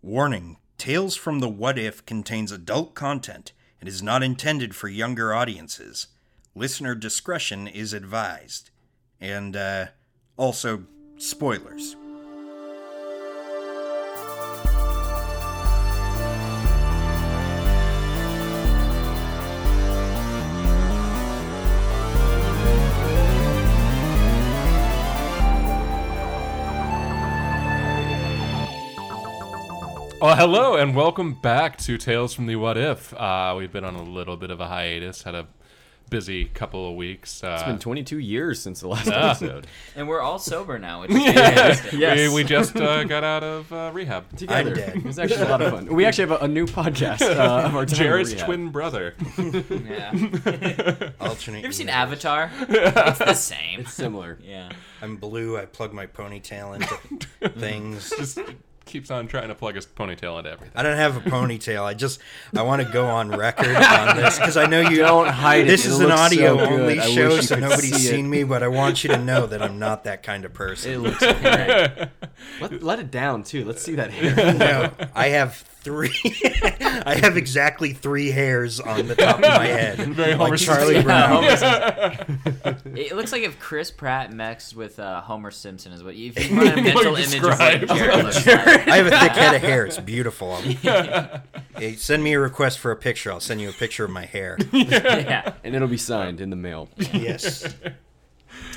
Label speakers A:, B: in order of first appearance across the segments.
A: Warning Tales from the What If contains adult content and is not intended for younger audiences. Listener discretion is advised. And uh, also, spoilers.
B: Well, hello and welcome back to Tales from the What If. Uh, we've been on a little bit of a hiatus, had a busy couple of weeks. Uh,
C: It's been 22 years since the last
B: Yeah.
C: episode.
D: And we're all sober now, which is
B: yeah.
C: Yes.
B: we, we just uh, got out of uh, rehab.
C: Together.
A: I'm dead.
C: It was actually a lot of fun. We actually have a, a new podcast uh, of our time in
B: Jared's
C: rehab.
B: twin brother.
D: yeah. You
A: Alternate.
D: ever
A: universe.
D: seen Avatar? It's the same.
C: Similar.
D: yeah.
A: I'm blue. I plug my ponytail into things.
B: Just keeps on trying to plug his ponytail into everything.
A: I don't have a ponytail. I just I want to go on record on this because I know you
C: Don't hide it.
A: This is an
C: It looks so
A: audio
C: good.
A: only
C: I
A: show,
C: wish you
A: so
C: could
A: nobody's
C: see it.
A: seen me. But I want you to know that I'm not that kind of person.
C: It looks great. let, let it down, too. Let's see that hair.
A: No, I have three. I have exactly three hairs on the top of my head,
B: Very Homer
A: like Charlie
B: Simpson.
A: Brown.
D: It looks like if Chris Pratt mixed with uh, Homer Simpson is what if you want a mental
B: What you
D: image of what
B: described.
D: Jared looks like.
A: I have a thick head of hair. It's beautiful. I'm- Hey, send me a request for a picture. I'll send you a picture of my hair.
D: Yeah.
C: and it'll be signed in the mail.
A: Yes.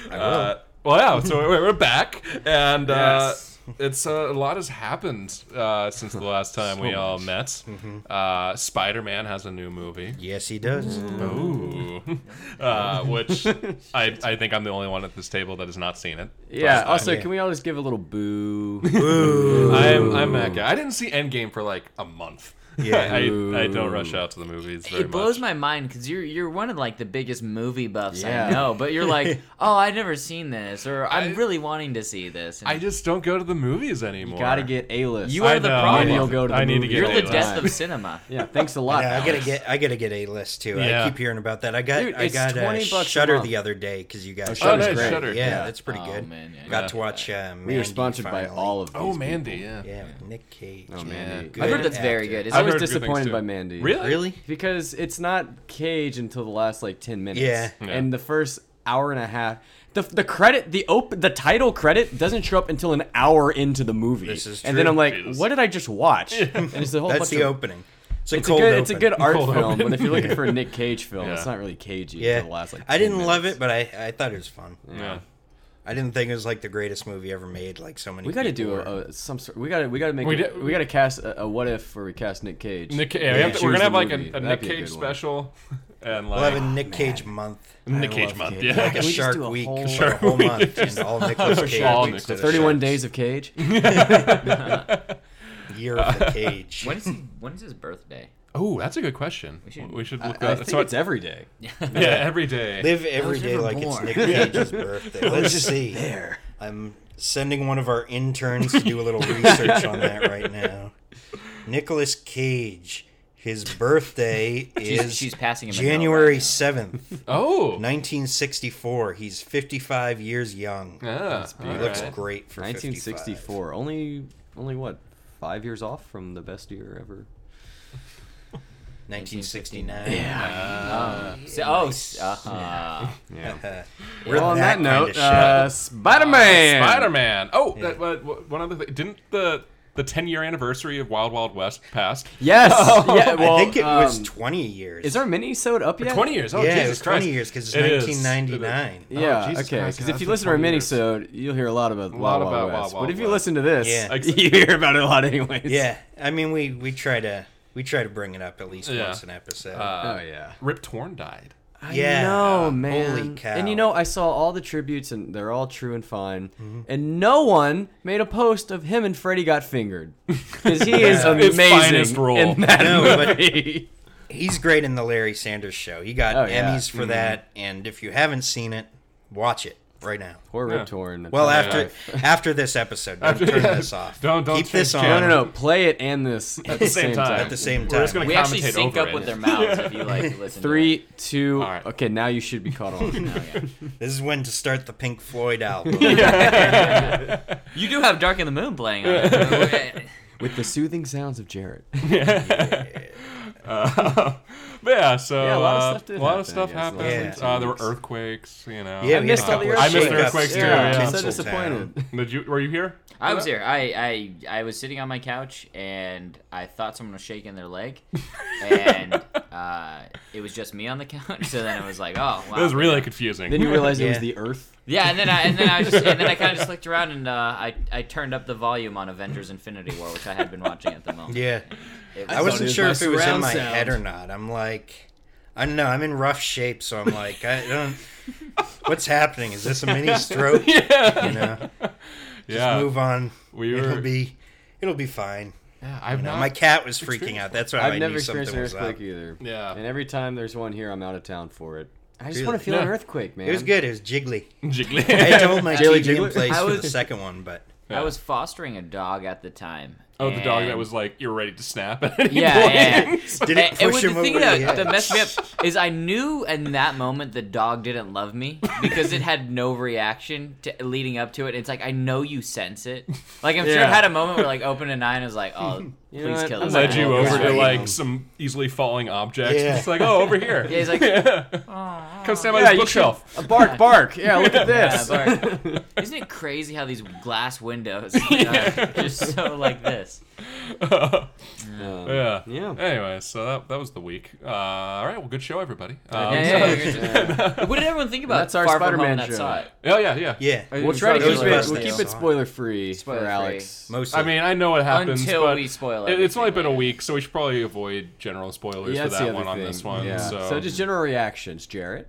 A: I will.
C: Oh.
B: Uh, well, yeah, so we're, we're back, and uh,
D: Yes.
B: it's uh, a lot has happened uh, since the last time we all met.
C: Mm-hmm.
B: Uh, Spider Man has a new movie.
A: yes, he does.
C: Mm.
B: Ooh. Uh, which I, I think I'm the only one at this table that has not seen it.
C: Yeah.
B: But
C: Also,
A: Yeah.
C: can we all just give a little boo?
A: Ooh.
B: I, I'm, I'm that guy. I didn't see Endgame for like a month.
A: Yeah.
B: I, I don't rush out to the movies very
D: It blows
B: much.
D: my mind because you're you're one of like the biggest movie buffs
C: Yeah.
D: I know, but you're like, oh, I've never seen this, or I'm
B: I-
D: really wanting to see this. And
B: I just don't go to the movies anymore.
C: Gotta get A list.
D: You are the problem.
C: You'll go to the
B: I need to
C: movies.
B: get
D: you're the
B: A-list.
D: death of cinema.
C: Yeah, thanks a lot.
A: Yeah, I
C: Alex.
A: gotta get I gotta get a list too.
B: Yeah.
A: I keep hearing about that. I got
C: Dude,
A: I
C: it's
A: got uh,
C: 20 bucks a
A: Shutter
C: month.
A: the other day because you guys.
B: Oh,
C: Shudder's
B: nice,
C: great.
B: Shudder.
A: Yeah, that's pretty
D: Oh,
A: good.
D: man, yeah,
A: Got
D: yeah.
A: to watch. Uh,
C: We are
A: Mandy
C: sponsored by
A: finally.
C: all of these.
B: Oh,
C: people.
B: Mandy, yeah.
A: Yeah, with Nick Cage.
C: Oh,
B: Yeah.
C: Mandy.
A: Good
D: I've heard that's
A: actor.
D: very good. It's
C: I
B: I've
C: was
B: heard good things,
C: disappointed
B: too.
C: by Mandy.
B: Really?
A: Really?
C: Because it's not Cage until the last like ten minutes.
A: Yeah.
B: Yeah.
C: And the first hour and a half, the the credit, the op- the title credit doesn't show up until an hour into the movie.
A: This is
C: And then
A: true.
C: I'm like,
B: Jesus.
C: what did I just watch? And it's the whole.
A: That's
C: bunch
A: the
C: of-
A: opening. It's a
C: It's a
A: cold
C: good. It's a
A: open.
C: good art
B: Cold
C: film,
B: open.
C: but if you're looking for a Nick Cage film,
B: Yeah.
C: it's not really cagey
A: Yeah,
C: until the last like.
A: I
C: 10
A: didn't
C: minutes.
A: love it, but I, I thought it was fun.
B: Yeah.
A: I didn't think it was like the greatest movie ever made. Like so many.
C: We gotta
A: people
C: do
A: were-
C: a, a some sort. We gotta we gotta make
B: We
C: we,
B: did-
C: we gotta cast a, a what if where we cast Nick Cage.
B: Nick, yeah, we have to-
C: Choose
B: we're gonna
C: the
B: have like
C: movie.
B: a, a
C: That'd
B: Nick
C: be a good
B: Cage
C: one.
B: special, and
A: We'll have
B: like
A: a Nick Cage month.
B: Nick
A: I
B: Cage
A: love
B: month,
A: Cage.
B: yeah.
A: Like a
B: Can
C: we just
A: Shark
C: do a
A: Week
C: whole-
A: for a whole month and all Nicolas Cage.
B: All
A: weeks
B: Nicolas
A: of the
C: Thirty-one
A: Shark.
C: days of Cage.
A: Year of the Cage.
D: When is he, when is his birthday?
B: oh, that's a good question. We should,
D: should-
B: look
C: I
B: up.
C: think
B: so
C: it's every day.
B: yeah, every day.
A: Live every day
D: never
A: like it's
D: born.
A: Nick Cage's birthday. Let's
C: just
A: see. There. I'm sending one of our interns to do a little research on that right now. Nicholas Cage. His birthday
D: She's,
A: is
D: she's passing him. a note
A: January
D: right now.
A: seventh,
B: oh,
A: nineteen sixty four. He's fifty five years young.
B: yeah,
A: He
B: all
A: looks
B: right.
A: great for 1964.
C: 1964. Only, only what? Five years off from the best year ever.
A: 1969.
B: Uh,
D: So- oh, s- uh-huh.
C: Yeah.
A: We're
C: on that,
A: that,
C: note,
A: kind of
C: uh, Spider Man.
B: Spider Man. Oh, that, uh, w- one other thing. Didn't the the ten year anniversary of Wild Wild West pass?
C: Yes.
B: Oh,
C: yeah. Well,
A: I think it was
C: um,
A: 20 years.
C: is our mini sode up yet?
B: Twenty years. Oh,
A: yeah,
B: Jesus
A: it's
B: Christ.
A: 20 years because it's
B: It is.
A: 1999.
C: Yeah.
B: Oh, Jesus Christ,
C: okay. Because
B: yeah,
C: if
B: that's
C: you
B: been
C: listen to our
B: 20
C: mini
B: years.
C: sode, you'll hear a lot about
B: lot
C: Wild Wild
B: about Wild
C: West.
B: Wild
C: but if you
B: West.
C: listen to this,
A: Yeah.
B: Ex-
C: you hear about it a lot anyways.
A: Yeah, I mean we we try to we try to bring it up at least
B: Yeah. Uh,
A: once an episode.
C: Oh yeah.
B: Rip Torn died.
C: I
A: Yeah.
C: know,
A: Holy
C: man.
A: cow.
C: And you know, I saw all the tributes, and they're all true and fine. And no one made a post of him and Freddie got fingered because he is
A: Yeah.
B: His finest
C: amazing
B: role.
C: in that
A: No, but-
C: movie.
A: He's great in the Larry Sanders Show. He got
C: Oh, yeah.
A: Emmys for that, and if you haven't seen it, watch it right now.
C: Poor
B: Yeah.
C: Rip Torn.
A: Well,
C: Yeah.
A: after after this episode, don't turn this off.
B: Don't- don't
A: keep this
B: change
A: on.
B: channel.
C: No, no, no. Play it and this at,
B: the same time.
A: At the same
B: We're
A: time,
B: just gonna
D: We actually
B: commentate
D: sync
B: over
D: up
B: it.
D: with their mouths if you like to listen.
C: Three, two.
B: All right.
C: Okay, now you should be caught on.
D: To that. Oh,
A: this is when to start the Pink Floyd album.
D: yeah. You do have Dark in the Moon playing on it.
C: with the soothing sounds of Jarrett.
B: Uh, but yeah, so
C: Yeah, a lot of
B: uh,
C: stuff did
B: a lot of
C: happen,
B: stuff
C: I guess, the
B: happened.
C: last
A: two
B: Uh, there were
C: weeks.
B: earthquakes, you know.
A: Yeah,
C: I missed all the
A: Uh,
C: earthquakes.
B: I missed the earthquakes too, yeah.
C: I'm so
A: Tinseltown.
C: disappointed.
B: Did you were you here?
D: I was here. I, I I was sitting on my couch and I thought someone was shaking their leg, and uh, it was just me on the couch. So then I was like, oh wow.
B: It was really confusing.
C: Then you realize it was
A: Yeah.
C: the Earth.
D: yeah, and then I and then I was just, and then I kind of just looked around and uh, I I turned up the volume on Avengers: Infinity War, which I had been watching at the moment.
A: Yeah.
D: It
A: I
D: was-
A: wasn't
C: it was
A: sure
C: my
A: if it was in
C: surround
A: my
C: sound.
A: head or not. I'm like, I don't know. I'm in rough shape, so I'm like, I don't. What's happening? Is this a mini stroke?
B: yeah,
A: You know,
B: yeah.
A: move on.
B: We
A: It'll
B: were-
A: be, it'll be fine.
B: yeah I've
A: No,
B: not.
A: my cat was freaking out. That's why
C: I've
A: I
C: never
A: knew
C: experienced
A: something
C: an
A: was up.
C: earthquake either.
B: Yeah.
C: And every time there's one here, I'm out of town for it. I just
A: Oh. Really?
C: want to feel an
B: Yeah.
C: earthquake, man.
A: It was good. It was jiggly.
B: Jiggly.
A: I told my
C: Jilly
A: TV in
C: Jiggler?
A: place
D: I
A: for the
D: was-
A: second one, but
B: Yeah.
D: I was fostering a dog at the time.
B: oh, the dog that
D: and-
B: was like you're ready to snap at any
D: Yeah, yeah, yeah.
B: point.
A: did it
D: And- and
A: push
D: what
A: him
D: the thing
A: over the
D: that,
A: edge?
D: that messed me up is I knew in that moment the dog didn't love me because it had no reaction to leading up to it. It's like I know you sense it. Like I'm sure
C: Yeah.
D: it had a moment where like open a nine was like, oh,
C: You know
D: please
C: what?
D: kill
C: I'm
D: this.
B: Led
C: Yeah.
B: you
D: animal.
B: over to
A: Yeah.
B: like some easily falling objects.
A: Yeah.
B: It's like oh, over here.
D: Yeah, he's "Oh, like-
B: come stand by
C: Yeah,
B: this
C: you
B: bookshelf.
C: A Uh, bark, bark. Yeah, look at
D: Yeah,
C: this.
D: Bart. Isn't it crazy how these glass windows you know, are just so like this?
C: Um,
B: Yeah.
C: Yeah.
B: Anyway, so that, that was the week. Uh, all right. Well, good show, everybody. Um,
D: Yeah,
B: so-
D: yeah, yeah, yeah. What did everyone think about
C: That's our
D: Far From Home
C: Spider-Man
D: that
C: show.
D: saw it?
B: Oh yeah, yeah.
A: yeah,
C: We'll try to
A: Those
C: keep it.
A: best
C: We'll
A: days.
C: keep it spoiler free for
D: Spoiler-free.
C: Alex.
A: mostly.
B: I mean, I know what happens
D: Until
B: but
D: we spoil
B: it- It's only been a
D: everything.
B: week, so we should probably avoid general spoilers
C: Yeah,
B: for
C: that's the
B: that
C: other
B: one on
C: thing.
B: this one.
C: Yeah.
B: So.
C: just general reactions, Jarrett.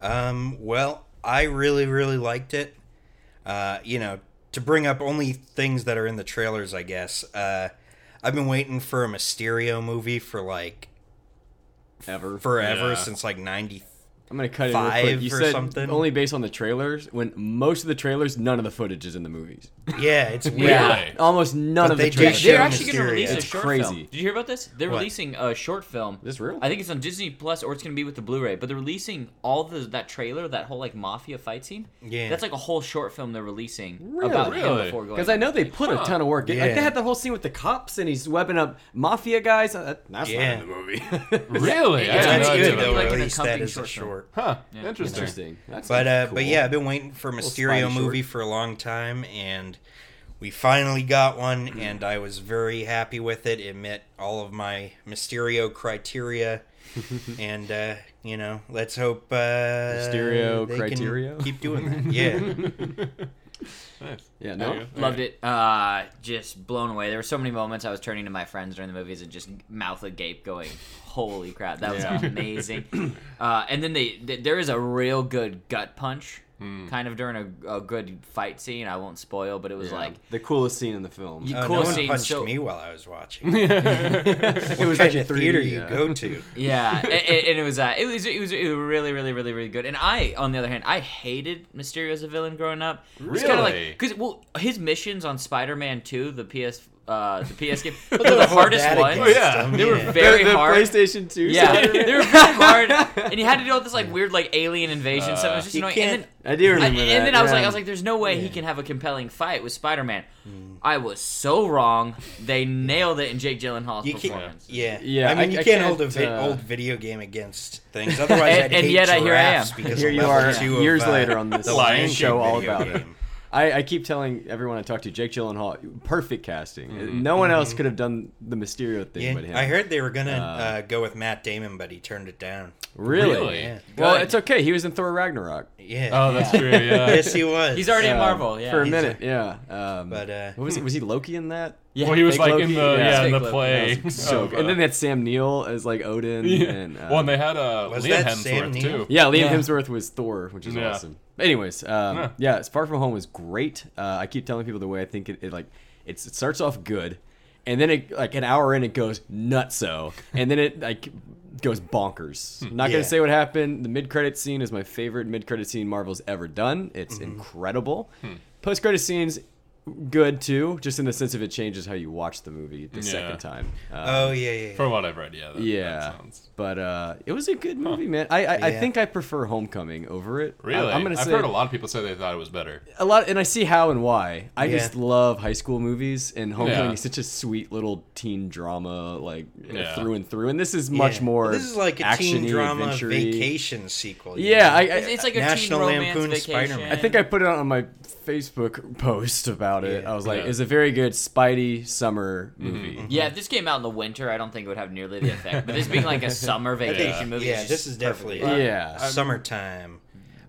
A: Um, well, I really, really liked it. Uh, you know, to bring up only things that are in the trailers, I guess. Uh, I've been waiting for a Mysterio movie for like
C: Ever.
A: forever
B: Yeah.
A: since like ninety.
C: I'm gonna cut it. real
A: five
C: quick. You
A: or
C: said
A: something?
C: only based on the trailers. When most of the trailers, none of the footage is in the movies.
A: Yeah, it's weird.
B: Yeah.
C: Almost none
A: But
C: of
A: they
C: the
A: do
C: trailers.
A: show-
D: They're
A: Sharon
D: actually going
A: Mysterio.
D: to release a
A: It's
D: short
C: crazy.
D: film. Did you hear about this? They're
A: What?
D: releasing a short film.
C: Is this real?
D: I think it's on Disney Plus, or it's going to be with the Blu-ray. But they're releasing all the that trailer, that whole like mafia fight scene.
A: Yeah.
D: that's like a whole short film they're releasing
C: Really?
D: about him
B: Really?
D: before going.
C: Because I know they put a ton of work. in. Like they
A: Yeah.
C: had the whole scene with the cops, and he's webbing up mafia guys. Uh, that's
A: Yeah.
C: not in the movie.
B: really, I
D: Yeah,
B: had
A: That's
B: no
D: it's
A: good
B: idea
A: though.
B: about
D: Like
A: at
D: an
A: least that
D: accompanying
A: is a
D: short film.
A: short.
B: that. Huh? Interesting.
C: Interesting. That's
A: But uh,
C: cool.
A: but yeah, I've been waiting for a Mysterio
C: Spidey
A: movie
C: short.
A: for a long time, and we finally got one, and I was very happy with it. It met all of my Mysterio criteria, and uh, you know, let's hope uh,
C: Mysterio
A: they can
C: criteria?
A: keep doing that. Yeah,
B: Nice.
C: Yeah,
B: There
C: no?
B: you go.
D: Loved it. Uh, just blown away. There were so many moments I was turning to my friends during the movies and just mouth agape, going, "Holy crap, that was
C: Yeah.
D: amazing!" Uh, and then they, th- there is a real good gut punch,
C: Hmm.
D: kind of during a, a good fight scene. I won't spoil, but it was
C: Yeah.
D: like
C: the coolest scene in the film.
D: You-
A: Oh,
D: Cool
A: no one
D: scene,
A: punched
D: so-
A: me while I was watching. what
C: it was
A: kind
C: actually
A: of theater
C: 3D,
A: you
C: yeah.
A: go to?
D: yeah, a- a- and, it was uh, it was it was it was really really really really good. And I, on the other hand, I hated Mysterio as a villain growing up. It's kinda
B: Really?
D: Like, Because well, his missions on Spider-Man Two, the PS uh, the PS game, were the hardest
A: That
C: Oh,
D: ones.
A: against
B: yeah.
A: them,
D: They were
A: yeah.
D: ve- Very
C: the, the
D: hard.
C: PlayStation 2.
D: Yeah,
C: Spider-Man.
D: they were really hard, and you had to deal with this like weird like alien invasion stuff. It was just
A: you
D: annoying.
A: can't-
D: And then,
C: I do
D: I,
C: remember
D: and
C: that.
D: then I was like,
C: yeah.
D: I was like, there's no way he can have a compelling fight with Spider-Man.
A: Mm.
D: I was so wrong. They nailed it in Jake Gyllenhaal's
A: You can't,
D: performance.
A: yeah,
C: Yeah,
A: I mean,
C: I-
A: you
C: I
A: can't, hold a
C: can't,
A: vi-
C: uh,
A: old video game against things. Otherwise,
D: And-
A: I'd
D: and
A: hate
D: yet I- here I am.
A: giraffes Because
C: Here
A: of
C: you
A: level
C: are,
A: two of,
C: years
A: uh,
C: later on this
A: the Lion
C: same
A: King
C: show all
A: video
C: about it.
A: game.
C: I, I keep telling everyone I talk to, Jake Gyllenhaal, perfect casting. No one else could have done the Mysterio thing
A: Yeah,
C: but him.
A: I heard they were gonna uh, go with Matt Damon, but he turned it down.
C: Really?
B: Really?
A: Yeah.
C: Well,
D: Good.
C: it's okay. He was in Thor Ragnarok.
A: Yeah.
B: Oh, that's true. Yeah.
A: yes, he was.
D: He's already in
C: Um,
D: Marvel. Yeah,
C: For a
A: He's
C: minute, yeah. Um,
A: But, uh,
C: what was he? Was he Loki in that?
D: Yeah.
B: Well, he was
C: Fake
B: like
C: Loki,
B: in the
C: yeah.
B: yeah, in
D: Fake
B: the
D: Loki.
B: play.
C: That was so
B: of,
C: good. And
B: uh,
C: then they had Sam Neill as like Odin.
B: yeah.
C: And, uh,
B: well, and they had uh,
A: Was
B: Liam
A: that Sam
B: Hemsworth
A: Neill?
B: too.
C: yeah, Liam
D: Yeah.
C: Hemsworth was Thor, which is
B: Yeah.
C: awesome. Anyways, um,
B: Yeah.
C: yeah. Far From Home was great. Uh, I keep telling people the way I think it, it like it's, it starts off good, and then it like an hour in it goes nutso, and then it like goes bonkers.
B: Hmm.
C: Not
A: Yeah.
C: gonna say what happened. The mid credit scene
B: Mm-hmm. Hmm.
C: is my favorite mid credit scene Marvel's ever done. It's incredible. Post credit scenes good too, just in the sense of it changes how you watch the movie the
B: Yeah.
C: second time. Uh,
A: Oh yeah, yeah. yeah.
B: From what I've read, yeah. That,
C: yeah,
B: That sounds...
C: but uh, it was a good movie, man. I I, I
A: Yeah.
C: think I prefer Homecoming over it. I-
B: Really?
C: I'm gonna
B: have
C: say
B: heard a lot of people say they thought it was better.
C: a lot, and I see how and why. I
A: Yeah.
C: just love high school movies, and Homecoming
B: Yeah.
C: is such a sweet little teen drama, like you know,
B: Yeah.
C: through and through. And this is much
A: Yeah.
C: more.
A: Well, this is like a teen
C: action-y,
A: drama
C: adventure-y.
A: vacation sequel. you
C: Yeah,
A: know?
C: I, I,
D: It's, it's like a
A: National
D: teen romance
A: Lampoon
D: vacation.
A: Spider-Man.
C: I think I put it on my Facebook post about it.
A: Yeah.
C: I was like,
B: Yeah. Mm-hmm.
C: "It's a very good Spidey summer movie."
D: Yeah, if this came out in the winter, I don't think it would have nearly the effect. But this being like a summer vacation movie,
A: yeah,
D: is
A: this is
D: just
A: definitely
D: perfectly-
C: Yeah.
A: Uh, summertime.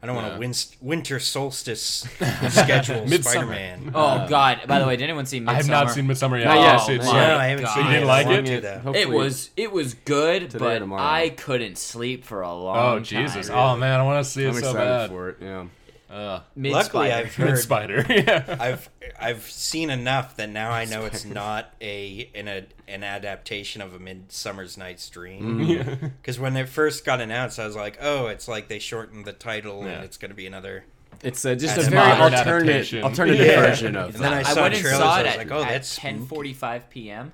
A: I don't want
B: Yeah.
A: to win- winter solstice schedule
B: Midsummer.
A: Spider-Man.
D: Oh God! By the way, did anyone see? Midsummer?
B: I have not seen Midsummer yet.
C: Not yet.
B: so it's
A: No,
D: Oh,
B: like-
A: I haven't
D: God.
A: seen
D: You
A: it.
B: didn't
A: I
B: like
A: want
C: it?
A: to, though.
D: It
C: Hopefully-
D: was it was good,
C: or
D: but
C: tomorrow.
D: I couldn't sleep for a long time.
B: Oh Jesus! Oh man, I want to see it
C: I'm
B: so
C: excited
B: bad.
C: for it. Yeah.
B: Ugh.
D: Mid
A: Luckily,
D: Spider.
A: I've
B: Mid
A: heard,
B: Spider. yeah.
A: I've I've seen enough that now I know it's not a an a, an adaptation of a Midsummer's Night's Dream.
C: Mm.
A: Because when it first got announced, I was like, oh, it's like they shortened the title
B: Yeah.
A: and it's going to be another.
C: It's uh, just
A: That's
C: a very
B: modern
C: alternate,
B: adaptation.
C: alternative
A: Yeah.
C: version of
A: And then I
C: that.
A: saw
D: went and
A: trailers,
D: saw
A: I
D: it
A: was
D: at,
A: like, oh, that's spooky.
D: ten forty five p.m.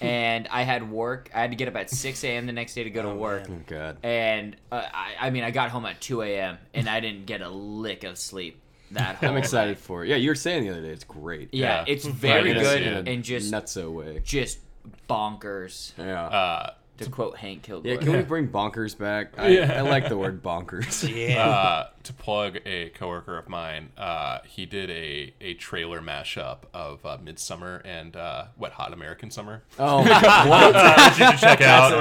D: and I had work. I had to get up at six a.m. the next day to go to work.
C: Oh, God.
D: And uh, I, I mean, I got home at two a.m. and I didn't get a lick of sleep. That whole
C: I'm excited for it. Yeah, you were saying the other day, it's great.
D: Yeah,
B: Yeah.
D: it's very
B: did
D: good
B: see it.
D: and just
C: nutso way.
D: just bonkers.
C: Yeah.
B: Uh,
D: To quote Hank Kilgore.
C: yeah. Can we bring bonkers back? I,
B: Yeah.
C: I like the word bonkers.
A: Yeah.
B: uh, to plug a coworker of mine, uh, he did a, a trailer mashup of uh, Midsummer and uh, Wet Hot American Summer.
C: Oh my God.
B: Uh, which you should check out. Uh,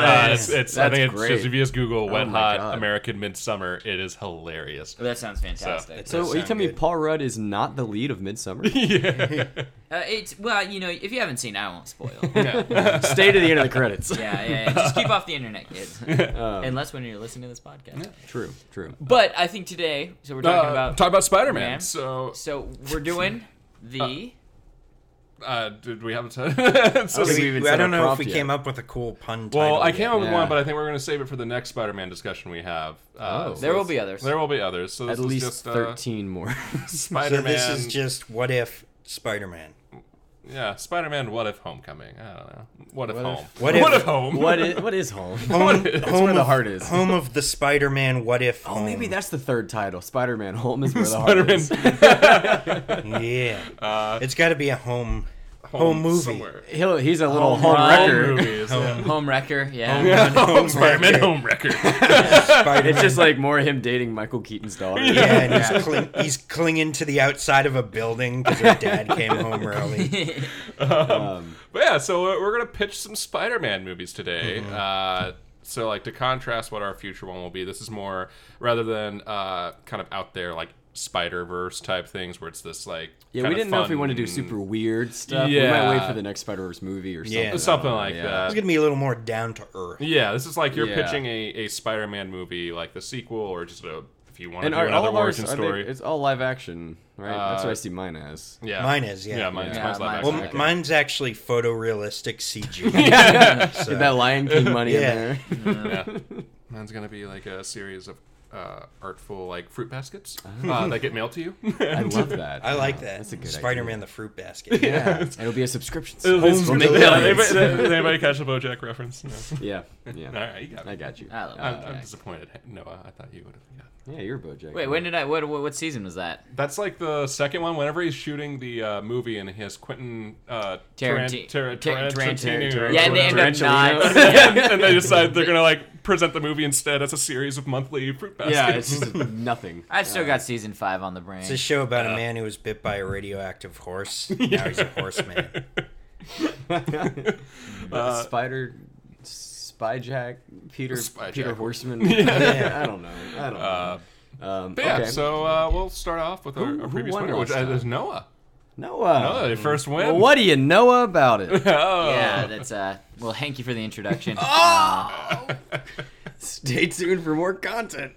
B: it's,
D: hilarious.
B: it's, I
C: That's
B: think it's
C: great.
B: just if you just Google Wet
C: my
B: Hot
C: God.
B: American Midsummer, it is hilarious.
D: that sounds fantastic.
A: it's-
C: So
A: Does
C: are you
A: sound
C: telling me
A: good.
C: Paul Rudd is not the lead of Midsummer?
B: yeah.
D: uh, it's well, you know, if you haven't seen, it, I won't spoil. yeah,
B: Yeah.
C: Stay to the end of the credits.
D: yeah, yeah. Just keep off the internet, kids.
C: Um,
D: Unless when you're listening to this podcast.
C: True. True.
D: But I think today, so we're talking
B: Uh,
D: about.
B: talk about Spider Man.
D: Man.
B: So,
D: so we're doing the.
B: uh, did we have a time? so
C: I think
A: We-
C: we even
A: we- I
C: set a
A: don't know if
C: prompt
A: we
C: yet.
A: came up with a cool pun.
B: well,
A: title
B: I came
A: yet.
B: up with
C: Yeah.
B: one, but I think we're going to save it for the next Spider Man discussion we have. Uh,
C: Oh.
B: so
D: there will
B: it's-
D: be others.
B: There will be others. So this
C: At
B: is
C: least
B: just, uh,
C: 13 more.
A: So
B: Spider Man.
A: this is just what if Spider-Man.
B: Yeah, Spider Man. What if Homecoming? I don't know. What if
C: What if-
B: home?
A: What if-
B: home?
C: what is what is home?
A: Home,
B: It's
C: where
A: of,
C: the heart is.
A: Home of the Spider-Man. What if?
C: Oh, maybe that's the third title. Spider-Man Home is where the heart
B: Spider-Man.
C: is.
A: Yeah. it's got to be a home Uh, home, movie.
B: somewhere.
C: He'll, he's a little
D: Home
C: home,
D: run.
C: wrecker.
B: Home movies. Yeah.
D: Home Wrecker, yeah.
B: Yeah,
A: Home
B: home Spider-Man
A: record.
B: home record.
A: Spider-Man.
C: It's just like more him dating Michael Keaton's daughter.
A: yeah, and he's, cling, he's clinging to the outside of a building because her dad came home early.
C: Um,
B: But yeah, so we're, we're gonna pitch some Spider-Man movies today.
C: Mm-hmm.
B: Uh, so like to contrast what our future one will be, this is more rather than uh, kind of out there like Spider Verse type things where it's this like
C: yeah, we
B: kinda
C: didn't know if we wanted to do
B: fun- Mm.
C: super weird stuff.
B: Yeah.
C: We might wait for the next Spider-Verse movie or something.
A: Yeah.
B: something like
C: Yeah.
A: It's
B: that.
A: gonna be a little more down to earth.
B: Yeah, this is like you're
C: Yeah.
B: pitching a, a Spider-Man movie like the sequel or just a if you want to
C: And
B: do
C: are, all
B: another
C: of ours,
B: origin
C: are they-
B: story.
C: it's all live action, right? That's
B: Uh,
C: what I see mine as.
B: yeah,
A: Mine is, yeah.
B: Yeah, mine's,
D: Yeah,
B: mine's live
D: mine-
A: Well,
B: action.
A: m
C: Okay.
A: mine's actually photorealistic CG. So-
C: Get that Lion King money
A: Yeah.
C: in there.
B: Mine's gonna be like a series of uh, artful like fruit baskets
C: Oh.
B: uh, that get mailed to you.
C: I love that.
A: I like
C: Yeah,
A: that.
C: That's a good
A: Spider-Man: The Fruit Basket.
C: idea. Yeah. It'll be a subscription.
B: Is
C: service. We'll make
B: anybody,
C: millions.
B: did anybody catch the BoJack reference? No.
C: Yeah.
B: All
C: Yeah.
B: right, you got
C: I
B: it.
C: got you.
D: I love
B: I'm,
D: that.
B: I'm disappointed, Noah. I thought you would have. Yeah.
C: Yeah, you're BoJack.
D: Wait, when did I? What, what what season was that?
B: That's like the second one. Whenever he's shooting the uh, movie and he has Quentin uh, Taran-
D: Tarantino.
B: Tar-
D: Tar-
B: Tarantino.
D: Tarantino.
B: or
D: Yeah, and they end
B: whatever.
D: up not.
C: Tarantulino.
D: Yeah.
B: and they decide they're gonna like present the movie instead as a series of monthly fruit
C: Yeah,
B: baskets.
C: it's just nothing.
D: I've still got season five on the brain.
A: It's a show about a man who was bit by a radioactive horse. Now he's a horseman.
C: Uh, Spider, Spyjack, Peter,
B: Spyjack.
C: Peter Horseman.
B: Yeah.
C: I don't know. I don't
B: Uh,
C: know. Um,
B: But yeah,
C: okay.
B: so uh, we'll start off with our,
C: Who-
B: our
C: who
B: previous
C: won
B: winner, which
C: last
B: uh,
C: time?
B: is Noah.
C: Noah.
B: Noah, your first win.
C: Well, what do you know about it?
B: Oh.
D: yeah, that's uh. Well, thank you for the introduction. Uh,
C: Stay tuned for more content.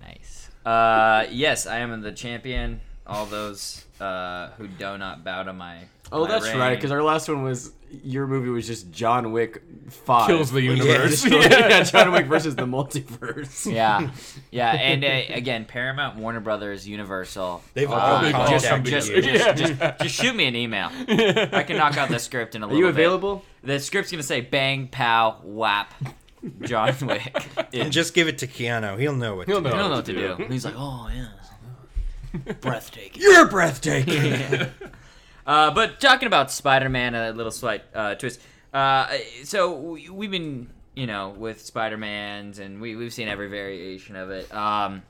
D: Nice. Uh, yes, I am the champion. All those uh, who do not bow to my
C: Oh,
D: My
C: that's right, 'cause
D: ring.
C: right. Because our last one was your movie was just John Wick Five
B: Kills the
C: which is
B: universe.
C: destroyed-
B: Yeah.
C: Yeah. John Wick versus the multiverse.
D: Yeah, yeah, and uh, again, Paramount, Warner Brothers, Universal.
E: They've all
D: uh,
E: been
D: just,
E: contacted
D: just,
E: you.
D: just, just- just shoot me an email. I can knock out the script in a
C: Are
D: little.
C: you
D: bit.
C: available?
D: The script's gonna say bang, pow, whap, John Wick.
E: And just give it to Keanu. He'll know what. to
B: He'll know.
E: do.
D: I don't know
B: what
D: what
B: to
D: to do. He's like, oh yeah, breathtaking.
E: You're breathtaking.
D: Uh, but talking about Spider-Man, a little slight uh, twist. Uh, so we, we've been, you know, with Spider-Mans, and we, we've seen every variation of it. Um,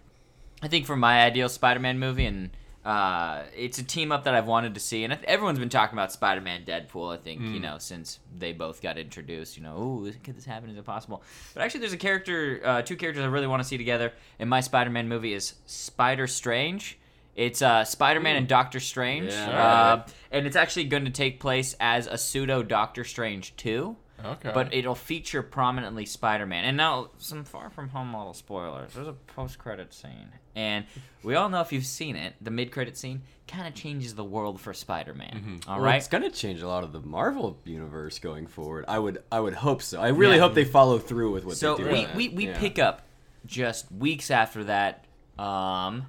D: I think for my ideal Spider-Man movie, and uh, it's a team up that I've wanted to see, and I th- everyone's been talking about Spider-Man, Deadpool. I think you know since they both got introduced, you know, ooh, could this happen? Is it possible? But actually, there's a character, uh, two characters I really want to see together in my Spider-Man movie is Spider Strange. It's uh, Spider-Man and Doctor Strange,
B: Yeah.
D: uh, and it's actually going to take place as a pseudo Doctor Strange two.
B: Okay.
D: But it'll feature prominently Spider-Man. And now some far from home model spoilers. There's a post-credit scene, and we all know if you've seen it, the mid-credit scene kind of changes the world for Spider-Man. All
C: Well,
D: right?
C: it's gonna change a lot of the Marvel universe going forward. I would, I would hope so. I really
D: Yeah.
C: hope they follow through with what
D: So
C: they do.
D: we,
C: with
D: we,
C: that.
D: we
C: Yeah.
D: pick up just weeks after that. Um,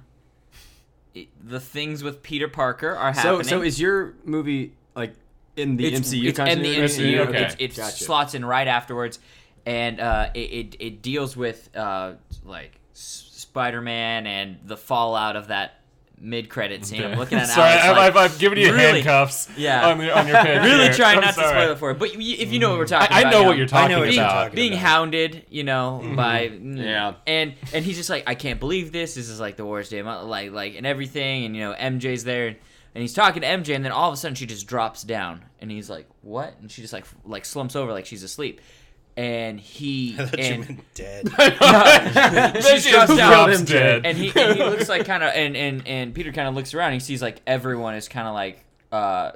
D: it- the things with Peter Parker are
C: So,
D: happening.
C: so is your movie like in the
D: it's,
C: MCU
D: it's
C: continuity?
D: in the MCU.
B: Okay.
D: It's- It,
C: Gotcha.
D: slots in right afterwards, and uh, it, it it deals with uh, like S- Spider-Man and the fallout of that mid-credit scene. I'm looking at
B: sorry,
D: Alex
B: I've,
D: like,
B: I've, I've given you
D: really-
B: handcuffs.
D: Yeah.
B: On, the, on your page.
D: really
B: here.
D: trying
B: I'm
D: not to
B: sorry.
D: spoil it for it, but you, if you know what we're talking
B: I,
D: about,
B: I know
D: now.
B: what you're talking
E: I know what
B: about.
E: you're talking
D: being
E: about.
D: hounded, you know, by
C: Yeah.
D: and and he's just like, I can't believe this. This is like the worst day of my like like and everything. And you know, MJ's there, and, and he's talking to MJ, and then all of a sudden she just drops down, and he's like, what? And she just like f- like slumps over like she's asleep, and he
E: I thought you
D: and
E: meant dead.
B: This
D: She drops
B: is
D: down.
B: Rob's
C: And
B: dead.
D: and he, and he looks like kind of and, and and peter kind of looks around and he sees like everyone is kind of like uh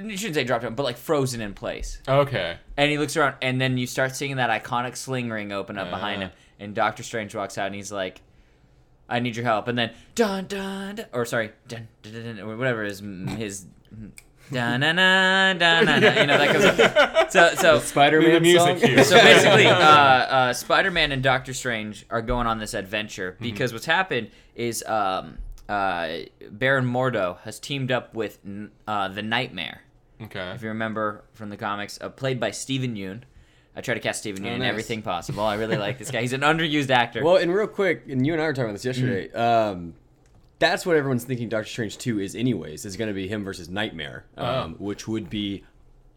D: you shouldn't say dropped down but like frozen in place
B: okay.
D: and he looks around and then you start seeing that iconic sling ring open up behind
B: Yeah.
D: him and doctor strange walks out and he's like i need your help and then dun dun, dun or sorry dun, dun, dun, dun or whatever is his dun, dun, dun, dun, dun, dun, you know that comes up so so
C: Spider-Man
B: The music
C: song?
B: cue.
D: so basically, uh, uh, Spider Man and Doctor Strange are going on this adventure because what's happened is um, uh, Baron Mordo has teamed up with n- uh, the Nightmare.
B: Okay.
D: If you remember from the comics, uh, played by Steven Yeun. I try to cast Steven Yeun in
C: Oh, nice.
D: everything possible. I really like this guy. He's an underused actor.
C: Well, and real quick, and you and I were talking about this yesterday.
D: Mm.
C: Um, that's what everyone's thinking Doctor Strange 2 is, anyways. Is going to be him versus Nightmare,
D: Oh.
C: um, which would be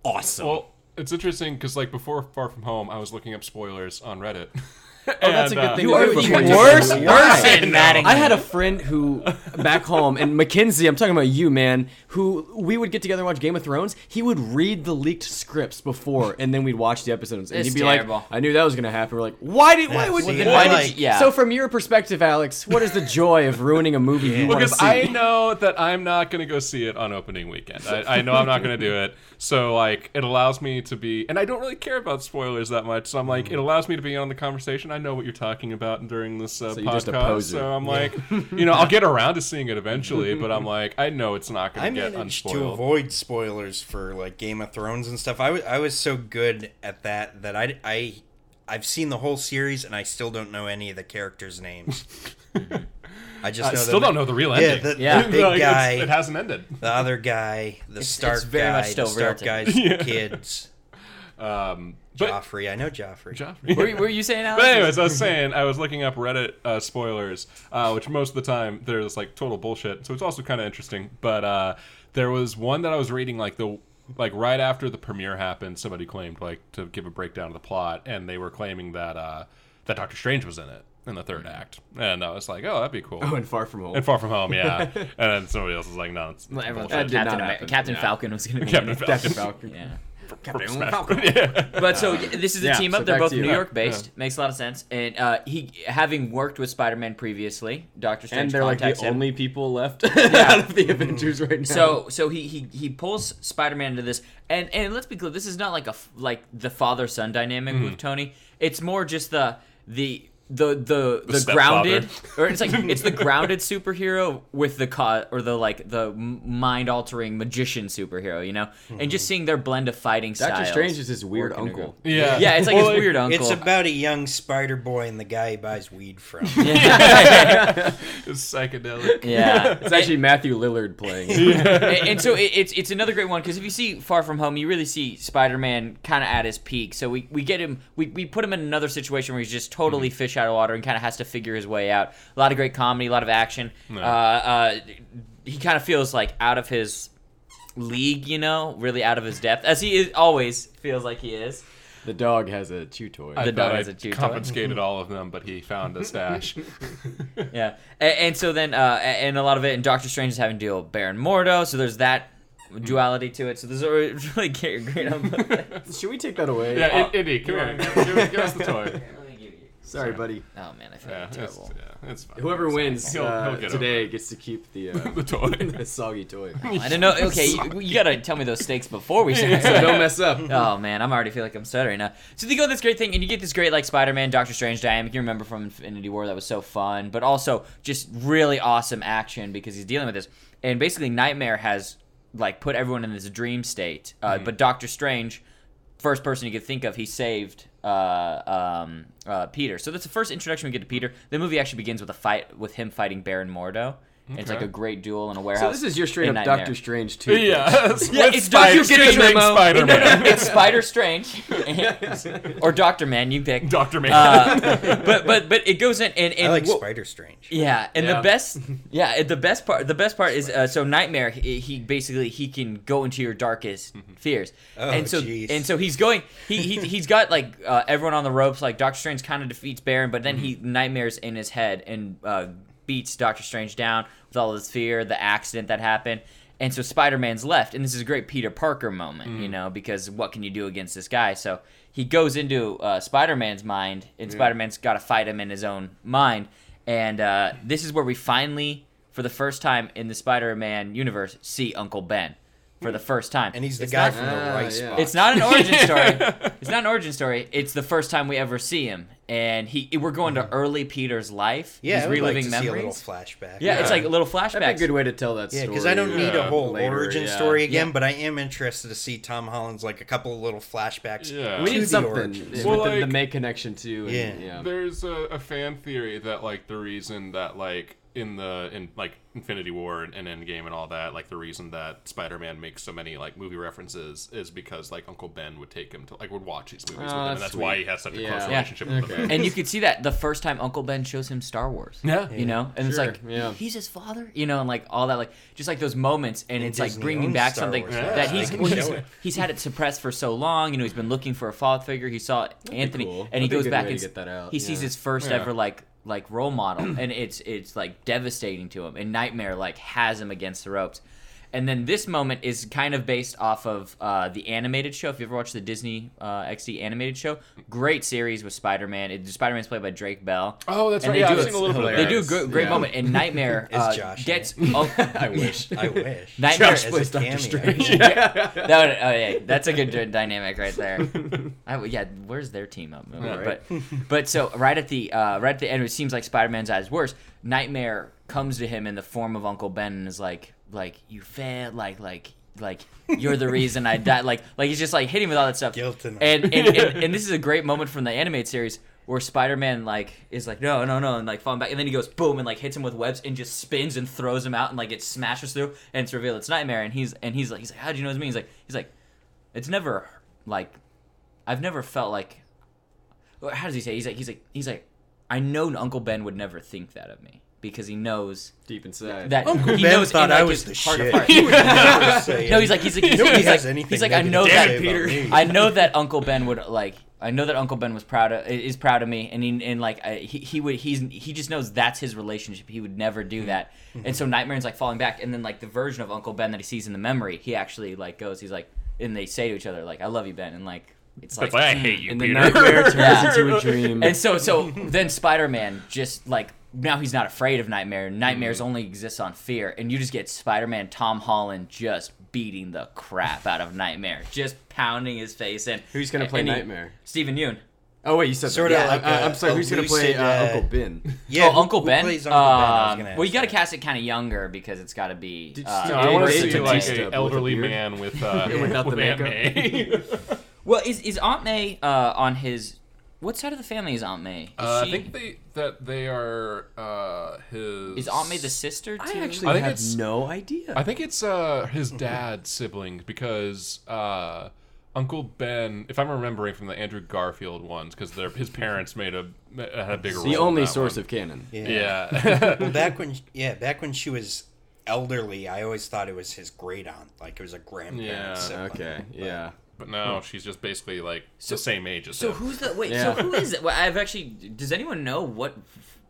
C: awesome.
B: Well, it's interesting because like before Far From Home, I was looking up spoilers on Reddit. oh,
C: that's a good thing
D: you
C: to
D: are
C: do
D: the
C: before you-
D: worst
C: Why?
D: person, Mattingly.
C: I had a friend who, back home, and Mackenzie, I'm talking about you, man, who we would get together and watch Game of Thrones. He would read the leaked scripts before, and then we'd watch the episodes. And
D: It's
C: he'd be
D: terrible.
C: like, I knew that was going to happen. We're like, why did, why
E: Yeah,
C: would
E: well,
C: you?
E: then
D: why
E: like-
D: did you, yeah.
C: So, from your perspective, Alex, what is the joy of ruining a movie you want to
B: because
C: see?
B: I know that I'm not going to go see it on opening weekend. I, I know I'm not going to do it. So like, it allows me to be, and I don't really care about spoilers that much. So I'm like, it allows me to be on the conversation. I know what you're talking about during this uh,
C: So you're just a
B: podcast.
C: poser.
B: So I'm like, you know, I'll get around to seeing it eventually. But I'm like, I know it's not
E: I
B: going to get
E: managed to
B: unspoiled.
E: avoid spoilers for like Game of Thrones and stuff. I wa- I was so good at that that I I I've seen the whole series and I still don't know any of the characters' names. I just
B: Mm-hmm. I
E: know
B: still
E: the,
B: don't know the real
E: Yeah,
B: ending.
E: the- the
D: Yeah.
E: big
B: Like, it's-
E: guy.
B: It hasn't ended.
E: the other guy, the Stark
D: it's very
E: guy,
D: much still
E: the Stark
D: real
E: guy's kids,
B: Um, but
E: Joffrey. I know Joffrey.
B: Joffrey.
D: Were, were you saying Alex?
B: But anyways, I was saying I was looking up Reddit uh, spoilers, uh, which most of the time they're just like total bullshit. So it's also kind of interesting. But uh, there was one that I was reading like the like right after the premiere happened, somebody claimed like to give a breakdown of the plot, and they were claiming that uh, that Doctor Strange was in it in the third
D: Mm.
B: act, and I was like, oh, that'd be cool.
C: Oh, and Far From Home.
B: And Far From Home, yeah. and then somebody else was like, no, it's
D: Well, everyone
B: bullshit.
D: thought
C: That did
D: Captain,
C: not
D: Amer-
C: happen.
D: Captain
C: Yeah.
D: Falcon was going to be
B: Captain
D: in it.
B: Falcon.
C: Captain Falcon.
D: Yeah.
B: Captain Falcon. Yeah.
D: But so yeah, this is a
C: Yeah,
D: team
C: so
D: up. They're
C: back
D: both
C: to you.
D: New
C: Yeah,
D: York based. Makes a lot of sense. And uh, he, having worked with Spider Man previously, Doctor Strange
C: and they're like the
D: contacts him.
C: only people left out of the Avengers right now.
D: So so he he, he pulls Spider Man into this, and and let's be clear, this is not like a f- like the father son dynamic with Tony. It's more just the the the the the,
B: stepfather.
D: grounded or it's like it's the grounded superhero with the co- or the like the mind altering magician superhero, you know, and just seeing their blend of fighting styles.
C: Doctor Strange is his weird
D: working
C: uncle.
D: together.
B: Yeah.
D: Yeah, it's like
B: Well,
D: his weird uncle.
A: It's about a young spider boy and the guy he buys weed from.
B: It's psychedelic.
D: yeah,
C: It's actually Matthew Lillard playing. it.
D: and, and so it, it's it's another great one because if you see Far From Home, you really see Spider-Man kind of at his peak. So we, we get him, we, we put him in another situation where he's just totally fish out of water and kind of has to figure his way out. A lot of great comedy, a lot of action. Uh, uh, he kind of feels like out of his league, you know, really out of his depth, as he is, always feels like he is.
C: The dog has a chew toy.
B: I
D: The
B: thought
D: dog
B: I
D: is a chew toy.
B: confiscated all of them, but he found a stash.
D: Yeah, and, and so then, uh, a- and a lot of it, and Doctor Strange is having to deal with Baron Mordo. So there's that duality to it. So there's a really great, great on both things.
C: Should we take that away? Oh,
B: yeah, I- Indy, come here. Give, us- give us the toy.
C: Sorry, buddy.
D: Oh man, I feel
B: Yeah, it's,
D: terrible.
B: yeah, it's fine.
C: Whoever wins
B: He'll-
C: uh,
B: he'll get
C: today gets to keep the, uh,
B: the toy.
C: the soggy toy.
D: I didn't know. Okay, you, you gotta tell me those stakes before we start.
C: So don't mess up.
D: Oh man, I'm already feel like I'm stuttering now. So they go with this great thing, and you get this great like Spider-Man, Doctor Strange dynamic. You remember from Infinity War that was so fun, but also just really awesome action because he's dealing with this. And basically, Nightmare has like put everyone in this dream state, uh,
C: Mm-hmm.
D: but Doctor Strange, first person you could think of, he saved uh, um, uh, Peter. So that's the first introduction we get to Peter. The movie actually begins with a fight with him fighting Baron Mordo. And It's like
B: Okay.
D: a great duel in a warehouse.
C: So this is your straight
D: in
C: up
D: Nightmare.
C: Doctor Strange too.
B: Yeah,
D: Yeah, it's Doctor Strange. Remo.
B: Spider Man.
D: It's Spider Strange or Doctor Man. You pick.
B: Doctor Man.
D: Uh, but but but it goes in and, and
A: I like
D: wha-
A: Spider Strange.
D: yeah, and
C: Yeah.
D: the best yeah and the best part the best part is uh, so Nightmare he, he basically he can go into your darkest fears
A: Oh,
D: and so
A: jeez.
D: and so he's going he, he he's got like uh, everyone on the ropes like Doctor Strange kind of defeats Baron but then he
A: Mm-hmm.
D: nightmares in his head and uh, beats Doctor Strange down with all his fear the accident that happened and so Spider-Man's left and this is a great Peter Parker moment
A: Mm-hmm.
D: you know because what can you do against this guy so he goes into uh, Spider-Man's mind and Spider-Man's got to fight him in his own mind and uh, this is where we finally for the first time in the Spider-Man universe see Uncle Ben for the first time
A: Mm. And he's the
D: It's
A: guy
D: not-
A: from the
C: Ah,
A: rice
C: yeah.
A: box.
D: it's not an origin story. It's not an origin story. It's the first time we ever see him, and he. We're going to early Peter's life.
A: Mm-hmm. yeah,
D: he's
A: I would like
D: reliving
A: to see a little
D: memories.
A: flashback.
D: yeah, it's
B: Yeah.
D: like a little
C: That'd
D: flashbacks.
C: be a good way to tell that story. uh,
A: Yeah, because I don't need
B: Yeah,
A: a whole
C: later,
A: origin
C: yeah.
A: story again,
D: Yeah.
A: but I am interested to see Tom Holland's like a couple of little flashbacks.
B: Yeah.
A: to
C: We
A: the
C: need something
A: origin.
C: with
B: Well,
C: the, the
B: like-
C: May connection too. And,
A: Yeah.
C: yeah.
B: There's a, a fan theory that like the reason that like in the in like Infinity War and, and Endgame and all that, like the reason that Spider-Man makes so many like movie references is because like Uncle Ben would take him to like would watch these movies with him,
C: Oh,
B: and
C: that's
B: that's why
C: sweet.
B: he has such a
C: Yeah.
B: close
C: Yeah.
B: relationship with
C: Okay.
B: the
D: and you could see that the first time Uncle Ben shows him Star Wars.
B: Yeah.
D: You know, and
C: Sure,
D: it's like
C: yeah.
D: he's his father, you know, and like all that, like just like those moments, and, it's like
A: Disney
D: bringing
A: owns
D: back
A: Star
D: something
A: Wars
B: now.
D: that
B: Yeah,
D: he's,
A: they can
D: well,
A: show
D: he's
A: it.
D: he's had it suppressed for so long. You know, he's been looking for a father figure. He saw Anthony,
C: cool.
D: and he
C: That'd be a
D: goes
C: good
D: back
C: way
D: and
C: to get that out,
D: he sees
C: yeah.
D: his first
B: Yeah.
D: ever like like role model, and it's it's like devastating to him. And Nightmare like has him against the ropes. And then this moment is kind of based off of uh, the animated show. If you ever watched the Disney uh, XD animated show, great series with Spider-Man. It, Spider-Man's played by Drake Bell.
B: Oh, that's
D: And
B: right.
D: they
B: Yeah, I've
D: do
B: seen a
D: it.
B: little bit.
D: They
B: Of
D: do
B: that.
C: Hilarious.
D: good, great
C: Yeah.
D: moment, and Nightmare
A: Is
D: uh,
A: Josh
D: gets.
A: in
D: Oh,
C: I wish.
A: I wish.
D: Nightmare
C: Josh
D: is
C: plays
A: a
C: Doctor
A: cameo.
C: Strange.
D: that would, oh yeah, that's a good dy- dynamic right there. I would- yeah, where's their team up? movie?
C: Right.
D: But but so right at the uh, right at the end, it seems like Spider Man's at his worst. Nightmare comes to him in the form of Uncle Ben and is like like you failed, like like like you're the reason I died. Like like he's just like hitting with all that stuff.
A: Guilting him.
D: And and, and and this is a great moment from the animated series. Where Spider-Man like is like no no no and like falling back and then he goes boom and like hits him with webs and just spins and throws him out and like it smashes through and it's revealed it's Nightmare and he's and he's like he's like how do you know it's me he's like he's like it's never like I've never felt like or how does he say it? he's like he's like he's like I know Uncle Ben would never think that of me because he knows
C: Deep inside.
D: that
A: Uncle
D: he
A: Ben
D: knows in,
A: thought
D: like,
A: I was the
D: his heart of
A: shit.
D: heart-
A: He would never say
D: no, he's like he's like he's,
A: Nobody
D: he's
A: has
D: like
A: anything
D: he's like I
A: negative
D: know
A: to
D: that
A: say about me.
D: I know that Uncle Ben would like I know that Uncle Ben was proud of is proud of me and he and like I, he he would he's he just knows that's his relationship he would never do that
A: Mm-hmm.
D: and so Nightmare's like falling back and then like the version of Uncle Ben that he sees in the memory he actually like goes he's like and they say to each other like I love you Ben and like it's like mm,
B: That's why I hate you,
C: and the
B: Peter.
C: nightmare turns
D: Yeah.
C: into a dream.
D: and so so then spider-man just like now he's not afraid of nightmare nightmares
C: Mm-hmm.
D: only exists on fear and you just get spider-man tom holland just beating the crap out of nightmare just pounding his face in
C: Who's gonna play
D: and he-
C: Nightmare?
D: Stephen Yoon.
F: Oh wait, you said
A: Sorta
F: that. Yeah,
A: like
F: I,
A: a-
F: am sorry.
A: a
F: Who's gonna play
A: lucid,
F: uh,
A: uh,
F: Uncle Ben?
A: Yeah,
D: oh,
A: who-
D: Uncle
A: who
D: Ben.
A: plays Uncle Ben? I was
D: Um,
A: gonna
D: well, you
A: ask
D: got to
A: that.
D: cast it kind of younger because it's got to be.
C: Did you
D: uh,
C: see-
B: I want to
C: Dave
B: see like
C: Batista
B: an
C: with a
B: elderly
C: beard.
B: man with uh,
C: Without
B: with
C: the
B: Aunt
C: makeup.
B: May.
D: well, is is Aunt May uh, on his? What side of the family is Aunt May? Is,
B: Uh, I
D: she-
B: think they that they are uh, his.
D: is Aunt May the sister? Too?
C: I actually
B: I think
C: have
B: it's-
C: no idea.
B: I think it's uh, his dad's sibling because uh, Uncle Ben, if I'm remembering from the Andrew Garfield ones, because his parents made a had a bigger role.
C: the
B: in
C: only
B: that
C: source
B: one.
C: of canon.
B: yeah.
A: Well, back when yeah, back when she was elderly, I always thought it was his great aunt, like it was a grandparent.
B: Yeah,
A: sibling.
C: Okay. Yeah.
B: but now she's just basically like the same age as
D: So
B: him.
D: who's the wait?
C: Yeah.
D: So who is it? Well, I've actually. Does anyone know what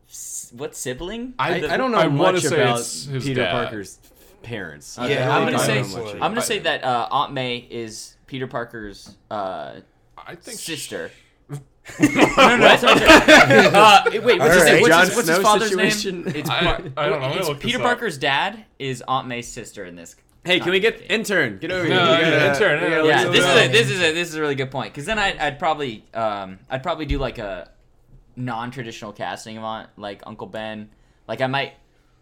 D: s- what sibling?
C: I,
B: th-
C: I don't know
B: I wanna
C: much
B: say
C: about
B: it's his
C: Peter
B: dad.
C: Parker's parents. I-
A: Yeah,
C: I
A: I'm
C: really
D: gonna
C: don't
D: say-
C: know
A: I'm
C: much
D: I'm
C: about-
D: gonna say that uh, Aunt May is Peter Parker's uh,
B: I think she-
D: sister. no, no, that's what I said. uh, wait, what's,
A: All
D: his,
A: right.
D: name? what's,
C: Jon
D: his, what's his
C: Snow
D: father's name?
C: situation.
D: It's,
B: I-
D: Par-
B: I don't know. I'm gonna
D: it's
B: look
D: Peter
B: this up.
D: Parker's dad is Aunt May's sister in this.
C: Hey, can we get intern? Get over here.
B: No,
C: We gotta-
B: yeah, intern,
C: we
B: yeah,
C: gotta
B: yeah,
C: let
D: Yeah,
C: you
D: this
C: know.
D: is a, this is a this is a really good point because then I'd, I'd probably um I'd probably do like a non-traditional casting of Aunt like Uncle Ben. Like I might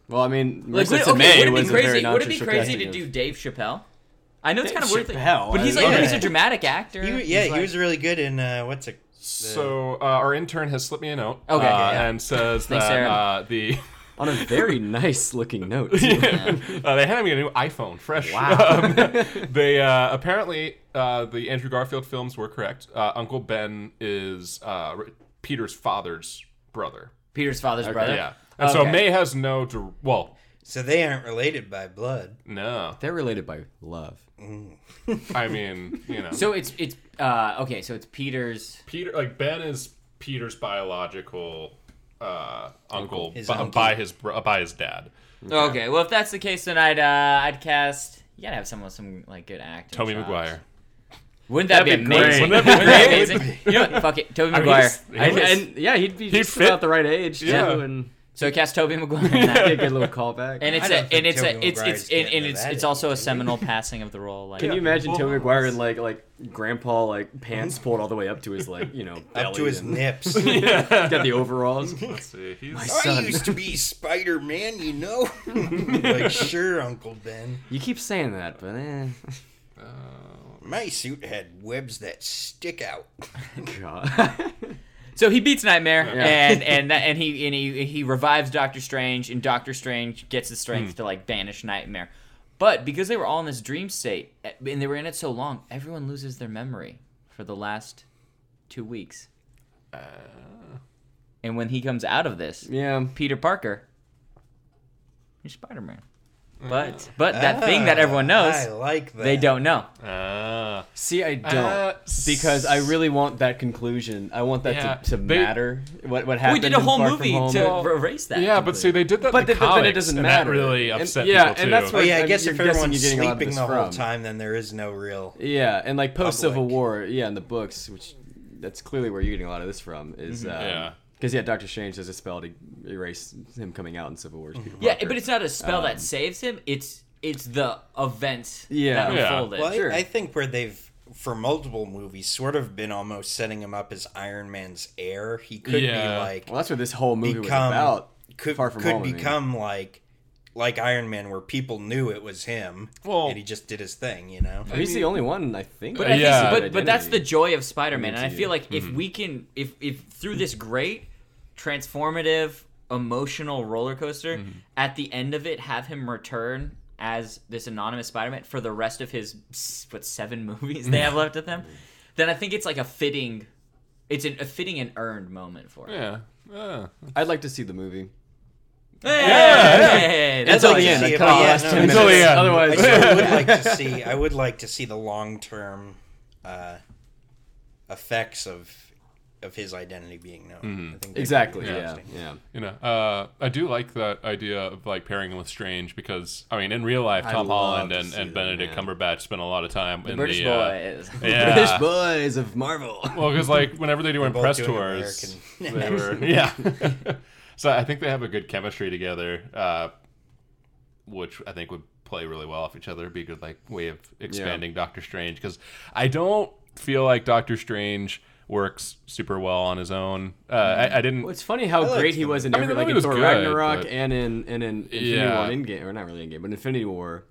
C: Well, I mean,
D: Like,
C: Marissa
D: would,
C: Tomei
D: okay, would it be
C: was a very
D: crazy? Would it be
C: non-traditional
D: crazy to
C: casting
D: do
C: of-
D: Dave Chappelle? I know it's
C: Dave
D: kind of weird,
C: Chappelle,
D: but
C: I
D: he's
C: love
D: like
A: it.
D: he's a dramatic actor.
A: He, wa- yeah,
D: He's
A: he
D: like-
A: was really good in uh, what's it?
B: So uh, our intern has slipped me a note.
D: Okay,
B: uh,
D: yeah, yeah.
B: and says
D: Thanks,
B: that
D: Aaron.
B: uh, the
C: on a very nice-looking note.
B: uh, they handed me a new iPhone, fresh. Um, they uh, apparently uh, the Andrew Garfield films were correct. Uh, Uncle Ben is uh, R- Peter's father's brother.
D: Peter's father's brother.
B: Yeah, and so
D: Okay.
B: May has no. dir- Well,
A: So they aren't related by blood.
B: no.
C: They're related by love.
B: I mean, you know,
D: So it's it's uh okay, so it's Peter's
B: Peter like Ben is Peter's biological uh, uncle,
A: His
B: bu-
A: uncle.
B: by his bro- by his dad.
D: Okay, well if that's the case then I'd uh I'd cast you gotta have someone with some like good acting.
B: Toby
D: chops.
B: McGuire.
D: Wouldn't that
B: That'd
D: be
B: be
D: amazing?
B: great. Wouldn't that be
D: amazing? You know what? Fuck it, Toby
B: I mean,
D: Maguire.
B: he's- he
C: And,
B: was-
C: and, yeah, he'd be just
B: fit-
C: about the right age too,
B: Yeah.
C: and
D: So cast Toby Maguire in that.
C: get a little callback.
D: And it's
A: I don't
D: a,
A: think
D: and it's
A: Tobey
D: a, it's it's
A: Maguire's
D: and,
A: getting
D: and
A: to
D: it's
A: that
D: it's
A: age,
D: also a seminal passing of the role. Like
C: Can you imagine
B: Well,
C: Toby McGuire in like like grandpa like pants pulled all the way up to his like you know belly
A: Up to his
C: and
A: nips.
C: he's got the overalls.
B: Let's see. He's
A: I used to be Spider Man, you know. like sure, Uncle Ben.
C: You keep saying that, but eh.
A: My suit had webs that stick out.
C: God.
D: So he beats Nightmare,
C: Yeah.
D: and and that, and he and he he revives Doctor Strange, and Doctor Strange gets the strength
C: Hmm.
D: to like banish Nightmare. But because they were all in this dream state, eh, and they were in it so long, everyone loses their memory for the last two weeks. And when he comes out of this,
C: Uh. yeah.
D: Peter Parker, he's Spider Man.
C: Mm.
D: But but that thing
C: Ah,
D: that everyone knows,
A: I like that.
D: they don't know.
B: Ah.
C: See, I don't
B: Uh,
C: because I really want that conclusion. I want that
B: Yeah,
C: to, to
B: they-
C: matter. What what happened?
D: We did a
C: in
D: whole
C: Far From
D: movie
C: Home.
D: to erase that.
B: Yeah, but see, they did that.
C: But
B: in the
C: th- but then it
B: comics,
C: doesn't
B: and
C: matter.
B: That really
C: And-
B: upset
C: yeah,
B: people
C: and
B: too.
C: that's
A: Oh
C: what-
A: yeah, I
C: I'm-
A: guess
C: you're
A: if
C: guessing
A: everyone's
C: you're getting a lot of
A: sleeping
C: this
A: the whole
C: from.
A: time, then there is no real.
C: Yeah, and like post Civil
A: Public.
C: War, yeah, in the books, which that's clearly where you're getting a lot of this from is um,
B: Yeah.
C: because yeah, Doctor Strange does a spell to erase him coming out in Civil War. as Peter
D: Yeah,
C: Parker.
D: but it's not a spell that saves him. It's it's the event
C: Um, Yeah.
D: that
B: Yeah.
D: unfolded.
A: Well, I-
C: Sure.
A: I, think where they've for multiple movies sort of been almost setting him up as Iron Man's heir. He could
B: Yeah.
A: be like
C: well, that's what this whole movie
A: become-
C: was about.
A: could
C: Far from
A: could
C: Home, I mean.
A: become like like Iron Man, where people knew it was him,
B: Well-
A: and he just did his thing. You know,
C: He's the only one, I think.
D: but,
B: I Mm-hmm.
D: I think-
B: Yeah.
D: but but that's the
C: Identity.
D: joy of Spider-Man, and I
C: Identity.
D: feel like if we can, if if through this great transformative emotional roller coaster,
C: Mm-hmm.
D: at the end of it, have him return as this anonymous Spider-Man for the rest of his what seven movies they have left of them, then I think it's like a fitting, it's an, a fitting and earned moment for him.
B: yeah. Uh,
C: I'd like to see the movie.
D: Hey, hey, that's
A: Until
D: all
A: the
D: you
A: end.
D: see.
A: I cut off the last
C: Yeah,
A: 10
C: no,
A: minutes.
B: Until the end.
A: I
C: Otherwise,
A: still would like to see. I would like to see the long term uh, effects of of his identity being known. I
B: Mm-hmm.
A: think that'd be
C: exactly. Yeah,
A: interesting.
C: yeah.
B: you know, uh, I do like that idea of like pairing him with Strange because I mean, in real life, Tom
C: love
B: Holland
C: to
B: and,
C: see
B: and
C: that,
B: Benedict
C: man.
B: Cumberbatch spent a lot of time in
D: British
B: the uh,
D: boys.
B: yeah.
C: British boys of Marvel.
B: Well, because like whenever they do
A: both
B: press
A: doing
B: tours,
A: American
B: they were yeah. so I think they have a good chemistry together, uh, which I think would play really well off each other. Be a good like way of expanding Doctor Strange because I don't feel like Doctor Strange works super well on his own. Uh, I, I didn't.
C: Well, it's funny how
A: liked
C: great he
A: the
C: was in
B: mean,
C: every,
B: the
C: like
B: movie
C: in
B: was
C: Thor
B: good,
C: Ragnarok
B: but-
C: and in and in Infinity
B: Yeah.
C: War, and Endgame, or not really Endgame, but Infinity War.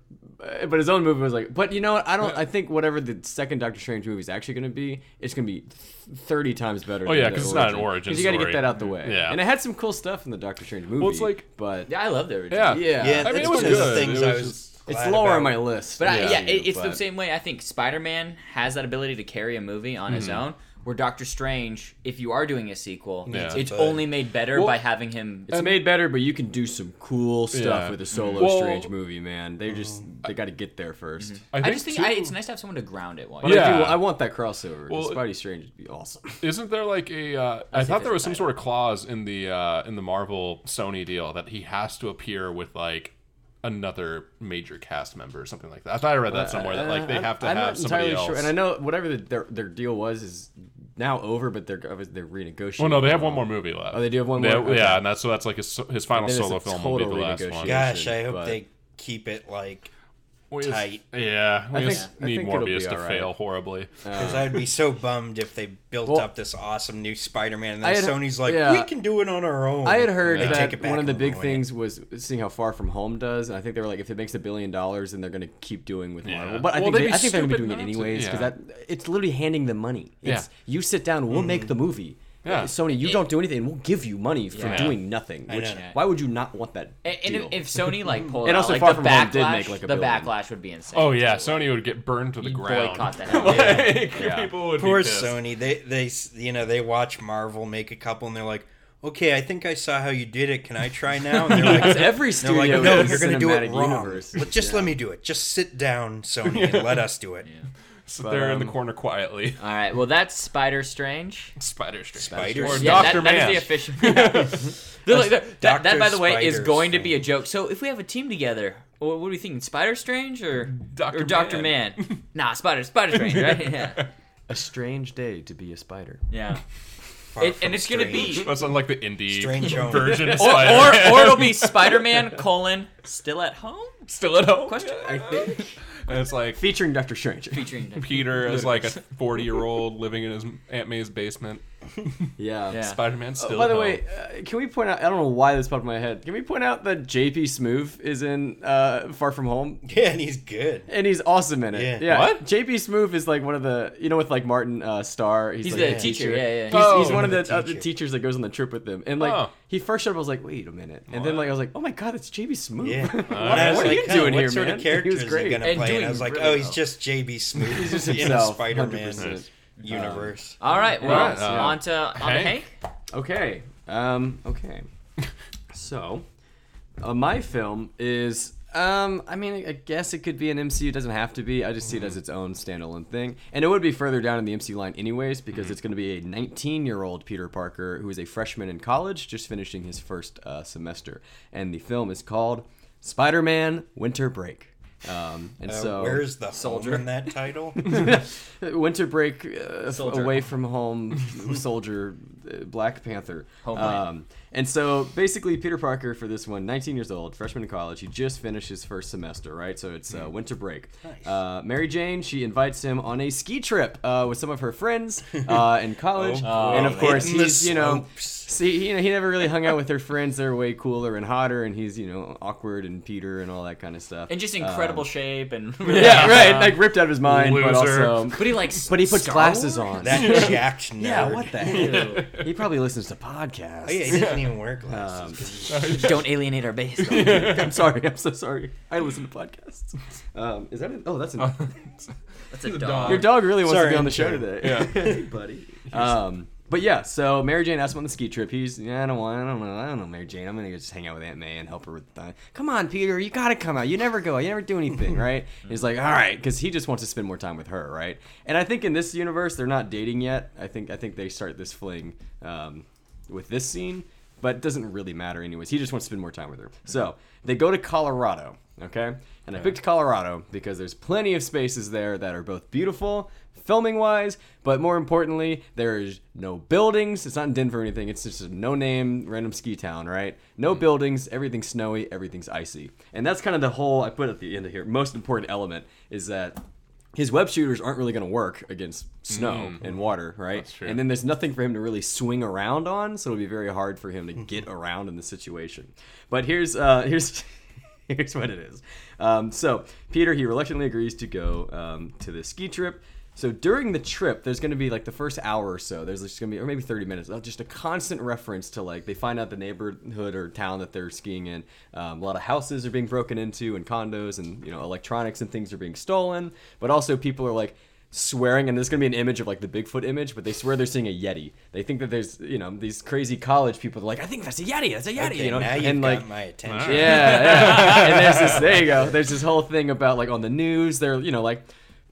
C: Uh, But his own movie was like, but you know what? I don't. I think whatever the second Doctor Strange movie is actually going to be, it's going to be th- thirty times better. Oh
B: yeah, 'cause it's not an origin
C: you gotta
B: story.
C: get that out the way.
B: Yeah.
C: and it had some cool stuff in the Doctor Strange movie.
B: it's like-
C: but
D: Yeah, I loved it.
B: yeah,
C: yeah,
A: Yeah,
B: I mean,
A: that's
B: it was
A: one of the
B: good.
A: things
B: It
A: I
B: was
A: was.
B: just-
C: it's
A: glad
C: lower on
A: about.
C: my list.
D: But I,
B: Yeah.
D: yeah, it, it's the
C: but-
D: same way. I think Spider Man has that ability to carry a movie on
C: Mm-hmm.
D: his own. Where Doctor Strange, if you are doing a sequel,
B: Yeah.
D: it's
A: a-
D: only made better
B: Well,
D: by having him.
C: It's made better, but you can do some cool stuff
B: Yeah. Mm-hmm.
C: with a solo
B: Well-
C: Strange movie, man. They just they got to get there 1st
B: I,
D: I just think I,
B: too-
D: it's nice to have someone to ground it. While
C: But
D: you're-
B: Yeah.
C: I, do, I want that crossover. 'cause
B: Well,
C: Spidey Strange would be awesome.
B: Isn't there like a? Uh, I
D: say
B: thought there
D: fifth
B: was some
D: title.
B: sort of clause in the uh, in the Marvel Sony deal that he has to appear with like another major cast member or something like that. I thought I read that somewhere that like they
C: uh, I'm-
B: have to
C: I'm
B: have
C: not
B: somebody
C: entirely
B: else.
C: Sure. And I know whatever the, their their deal was is now over, but they're they're renegotiating.
B: well, Oh, no, they have
C: it
B: one
C: all.
B: more movie left.
C: Oh, they do have one
B: They-
C: more?
B: Yeah,
C: Okay.
B: and that's so that's like his his final
C: then it's a
B: solo film will be the
C: total
B: last one.
C: renegotiation.
A: Gosh, I hope
C: but-
A: they keep it like
B: We just-
A: tight.
B: Yeah, we
C: I
B: just
C: think- I
B: need
C: think it'll
B: Morbius
C: be
B: to
C: all right. Uh,
B: fail horribly.
A: because I'd be so bummed if they built
C: Well-
A: up this awesome new Spider-Man and
C: I
A: then
C: had-
A: Sony's like,
C: yeah.
A: we can do it on our own.
C: I had heard
A: They take
C: that
A: it back
C: one of the
A: and
C: big
A: ruin it.
C: things was seeing how Far From Home does, and I think they were like, if it makes a billion dollars, then they're going to keep doing with Marvel. But I
B: Well,
C: think
B: they'd
C: they,
B: be
C: I think they're going to be
B: stupid
C: doing it
B: not to-
C: anyways because
B: yeah.
C: that it's literally handing them money. It's you sit down, we'll make the movie. Uh,
B: Yeah.
C: Sony, you don't do anything, and we'll give you money for
D: Yeah.
C: doing nothing. Which
A: know.
C: why would you not want that?
D: And, and
C: deal?
D: if, if Sony like pulled,
C: And
D: out,
C: also
D: like,
C: Far
D: the
C: From Home
D: backlash,
C: did make, like, a
D: the
C: billion.
D: backlash would be insane.
B: Oh yeah, Sony would get burned to the
D: You'd
B: ground.
D: boycott the hell out of it.
B: like, People would
A: Poor
B: be pissed.
A: Sony. They they s- you know they watch Marvel make a couple and they're like, okay, I think I saw how you did it. Can I try now? And they're
C: Because
A: like,
C: every
A: they're
C: studio
A: like, no,
C: has a
A: you're gonna do it
C: cinematic
A: wrong.
C: universe.
A: But just let me do it. Just sit down, Sony, and let us do it.
B: Sit there
C: Um,
B: in the corner quietly.
D: All right. Well, that's Spider Strange.
B: Spider Strange.
A: Spider
B: Or
A: Strange.
D: Yeah,
B: Doctor
D: that, that is
B: Man.
D: the official. They're like- that, that- that, by the way, is
A: Doctor
D: going to be a joke. So if we have a team together, wha- what, are we thinking? Spider Strange or
B: Doctor
D: or Doctor Man?
B: Man.
D: nah, Spider Spider Strange, right? Yeah,
C: A strange day to be a spider.
D: yeah.
A: Far
D: It-
A: from
D: and it's gonna be-
A: strange.
B: That's not like the indie
A: Strange Home.
B: version of
D: Or,
B: Spider-Man.
D: or, or it'll be Spider Man colon still at home?
B: still at home.
D: Question?
C: I think
B: And it's like
C: featuring Doctor Strange.
D: Featuring Doctor-
B: Peter is like a 40 year old living in his Aunt May's basement.
C: Yeah.
D: Yeah.
B: Spider Man still.
C: By
B: at
C: the
B: home.
C: way, uh, can we point out? I don't know why this popped in my head. Can we point out that JP Smoove is in uh, Far From Home,
A: Yeah, and he's good.
C: and he's awesome in it.
A: Yeah.
B: What?
C: JP Smoove is like one of the you know with like Martin uh, Starr. He's,
D: He's
C: like
D: the teacher, yeah, yeah.
C: He's,
B: Oh.
C: he's one of the,
A: The
C: uh, the
A: teacher.
C: teachers that goes on the trip with them. And like
B: Oh.
C: he first showed up, I was like, wait a minute. And then like I was like, oh my god, it's JP Smoove.
A: Yeah. And I was
C: what what are
A: like,
C: you
A: huh,
C: doing
A: what
C: here,
A: sort
C: man?
A: of character
C: he
A: is
C: was
A: he
C: great.
A: gonna
D: And
A: play?
D: doing
A: And I was like,
D: really
A: oh, he's
D: well.
A: just JB Smooth in a
C: himself,
A: Spider-Man
C: 100%.
A: universe.
D: All right, well,
B: Alright, uh,
D: on to on to
B: Hank?
D: Hank.
C: Okay. Um, okay. so, uh, my film is. Um, I mean, I guess it could be an MCU. It doesn't have to be. I just see it
A: Mm-hmm.
C: as its own standalone thing, and it would be further down in the MCU line, anyways,
A: Mm-hmm.
C: because it's going to be a 19-year-old Peter Parker who is a freshman in college, just finishing his first uh, semester. And the film is called Spider-Man: Winter Break. Um, and
A: Uh,
C: so
A: where's the soldier in that title? Oh,
C: winter break uh, f-
D: Soldier.
C: away from home soldier uh, black panther
D: Homeland.
C: um, and so basically peter parker for this one 19 years old freshman in college he just finished his first semester right so it's uh, winter break uh, mary jane she invites him on a ski trip uh, with some of her friends uh, in college and of
A: Oh, boy.
C: course
A: Hitting the
C: he's you know
A: slopes.
C: See, you know, he never really hung out with her friends. They're way cooler and hotter, and he's, you know, awkward and Peter and all that kind of stuff.
D: In just incredible
C: Um,
D: shape and Um,
C: yeah, right. Like ripped out of his mind, but
B: Loser.
C: also
D: But he likes
C: but he puts
D: Star
C: glasses
D: Wars?
C: on.
A: That jacked nerd.
C: yeah, what the heck?
D: Ew.
C: He probably listens to podcasts. Um,
A: Oh, yeah, he doesn't even wear
C: Uh,
A: glasses.
D: Don't alienate our base. though.
C: I'm sorry. I'm so sorry. I listen to podcasts. Um, is that a, oh, that's a,
D: That's a
B: a
D: dog.
C: your dog really wants
A: Sorry,
C: to be on the show
A: intern.
C: today. hey, buddy. Um, but yeah, so Mary Jane asked him on the ski trip. He's yeah, I don't want, I don't know, I don't know, Mary Jane. I'm gonna go just hang out with Aunt May and help her with the. Come on, Peter, you gotta come out. You never go. You never do anything, right? He's like, all right, because he just wants to spend more time with her, right? And I think in this universe they're not dating yet. I think I think they start this fling um, with this scene, but it doesn't really matter anyways. He just wants to spend more time with her. So they go to Colorado, okay? And I picked Colorado because there's plenty of spaces there that are both beautiful, filming wise, but more importantly, there's no buildings. It's not in Denver or anything. It's just a no name random ski town, right?
B: Hmm.
C: No buildings, everything's snowy, everything's icy. And that's kind of the whole I put at the end of here. Most important element is that his web shooters aren't really going to work against snow and water, right?
B: Hmm. That's true.
C: And then there's nothing for him to really swing around on, so it'll be very hard for him to get around in the situation. But here's uh, here's here's what it is. Um, so Peter he reluctantly agrees to go um, to this ski trip. So during the trip, there's going to be like the first hour or so. There's just going to be, or maybe 30 minutes, uh, just a constant reference to like they find out the neighborhood or town that they're skiing in. Um, a lot of houses are being broken into and condos and you know electronics and things are being stolen. But also people are like swearing, and there's going to be an image of like the Bigfoot image, but they swear they're seeing a yeti. They think that there's you know these crazy college people are like I think that's a yeti, that's a yeti,
A: Okay,
C: you know,
A: now you've
C: and
A: got
C: like
A: my attention.
C: yeah, yeah. and there's this. There you go. There's this whole thing about like on the news. They're you know like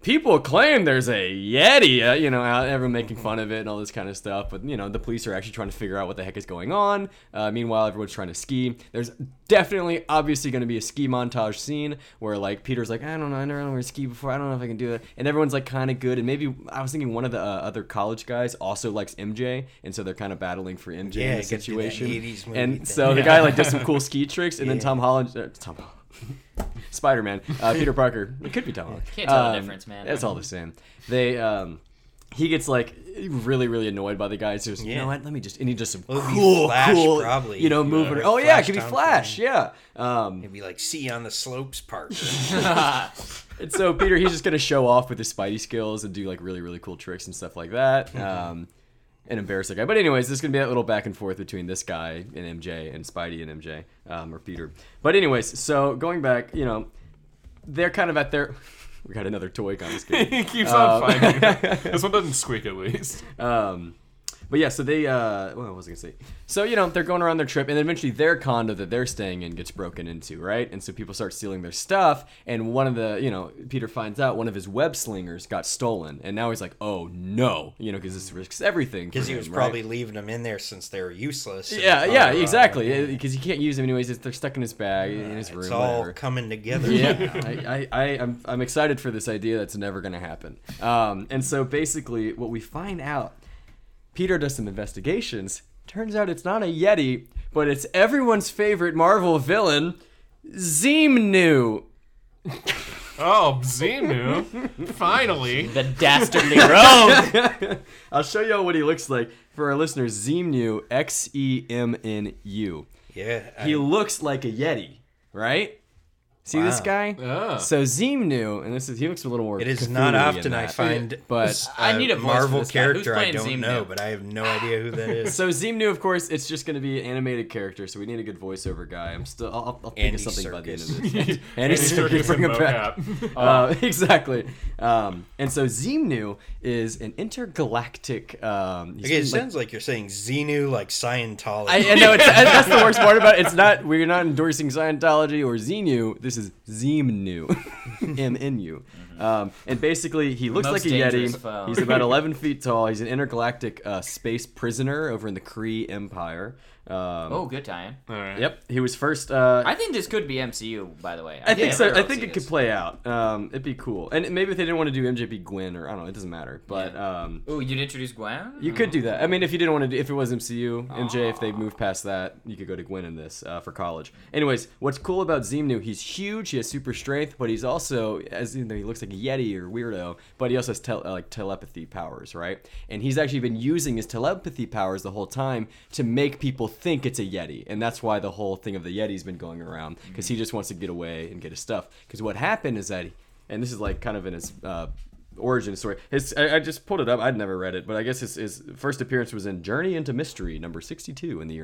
C: people claim there's a yeti. Uh, you know, out- everyone making fun of it and all this kind of stuff. But you know, the police are actually trying to figure out what the heck is going on. Uh, meanwhile, everyone's trying to ski. There's definitely, obviously, going to be a ski montage scene where like Peter's like, I don't know, I never ever ski before. I don't know if I can do it. And everyone's like kind of good. And maybe I was thinking one of the uh, other college guys also likes MJ, and so they're kind of battling for MJ
A: Yeah,
C: in
A: it
C: this
A: gives you that
C: situation.
A: 80s movie
C: and
A: thing.
C: so the guy like does some cool ski tricks, and then Tom Holland, uh, Tom, Spider Man, uh, Peter Parker. It could be Tom Holland. Um,
D: Can't tell the difference, man.
C: It's all the same. They um, he gets like really really annoyed by the guys. Who's you
A: Yeah.
C: know what? Let me just and he does some
A: Well, it'd be
C: cool
A: Flash,
C: cool
A: probably.
C: you know
A: Yeah.
C: moving. Oh yeah, it could be
A: Flash Thompson.
C: Flash. Yeah. Um,
A: It'd be like see on the slopes part.
C: and so Peter he's just gonna show off with his Spidey skills and do like really really cool tricks and stuff like that. Um. And embarrass the guy, but anyways, there's gonna be that little back and forth between this guy and MJ and Spidey and MJ um, or Peter. But anyways, so going back, you know, they're kind of at their. We got another toy confiscated.
B: he keeps on
C: Uh,
B: fighting. this one doesn't squeak at least.
C: Um, but yeah, so they, uh, what was I gonna say? So you know, they're going around their trip, and then eventually their condo that they're staying in gets broken into, right? And so people start stealing their stuff, and one of the, you know, Peter finds out one of his web slingers got stolen, and now he's like, oh no, you know, because this risks everything.
A: Because
C: Because
A: he was probably leaving them in there since they were useless. and-
C: Yeah, yeah,
A: Oh,
C: exactly. Because he can't use them anyways. it's- They're stuck in his bag, in his room.
A: It's all
C: whatever.
A: coming together.
C: Yeah, I, I, I, I'm, I'm excited for this idea that's never going to happen. Um, and so basically, what we find out, Peter does some investigations. Turns out it's not a Yeti, but it's everyone's favorite Marvel villain, Zemnu.
B: Oh, Zemu! Finally,
D: The dastardly rogue.
C: I'll show you all what he looks like. For our listeners, Zemnu, X E M N U.
A: Yeah. I-
C: He looks like a Yeti, right? See
A: Wow.
C: this
A: Uh.
C: guy?
B: Ah.
C: So Zemnu, and this is he looks a little more.
A: it is not
C: Cthulhu-y in
A: often I
C: that,
A: find
C: but
A: a
D: I need a voice for
A: Marvel
D: this guy. Who's
A: character I
D: playing
A: don't
D: Zim
A: know,
D: now?
A: but I have no idea who that is.
C: So Zemnu, of course, it's just going to be an animated character, so we need a good voiceover guy. I'm still, I'll, I'll- I'll think
A: Andy
C: of something by the end
A: Serkis.
C: of this.
B: Andy
C: Andy Serkis,
B: Serkis
C: bring
B: in
C: him back.
B: mocap.
C: Uh, exactly. Um, and so Zemnu is an intergalactic. Um, he's
A: Okay, it
C: like-
A: sounds like you're saying Xenu like Scientology.
C: I, I know it's, and that's the worst part about it. It's not we're not endorsing Scientology or Xenu. This is Zemnu, M N U, um, and basically he looks
D: Mm-hmm. Most
C: like a
D: dangerous
C: yeti.
D: foe.
C: He's about 11 feet tall. He's an intergalactic uh, space prisoner over in the Kree Empire. Um,
D: oh, good time.
B: All right.
C: Yep, he was first. Uh,
D: I think this could be MCU, by the way.
C: I think
D: never
C: so. I
D: really
C: think
D: see
C: it
D: this.
C: could play out. Um, it'd be cool, and maybe if they didn't want to do MJP Gwen or I don't know, it doesn't matter. But um,
D: Ooh, you'd introduce Gwen.
C: you could do that. I mean, if you didn't want to, do, if it was MCU, MJ, if they moved past that, you could go to Gwen in this uh, for college. Anyways, what's cool about Zemnu? He's huge. He has super strength, but he's also, as you know, he looks like a yeti or weirdo. But he also has tel- uh, like telepathy powers, right? And he's actually been using his telepathy powers the whole time to make people think it's a yeti, and that's why the whole thing of the yeti's been going around because he just wants to get away and get his stuff. Because what happened is that, and this is like kind of in his. Uh, origin story. His I, I just pulled it up. I'd never read it, but I guess his, his first appearance was in Journey into Mystery number 62 in the year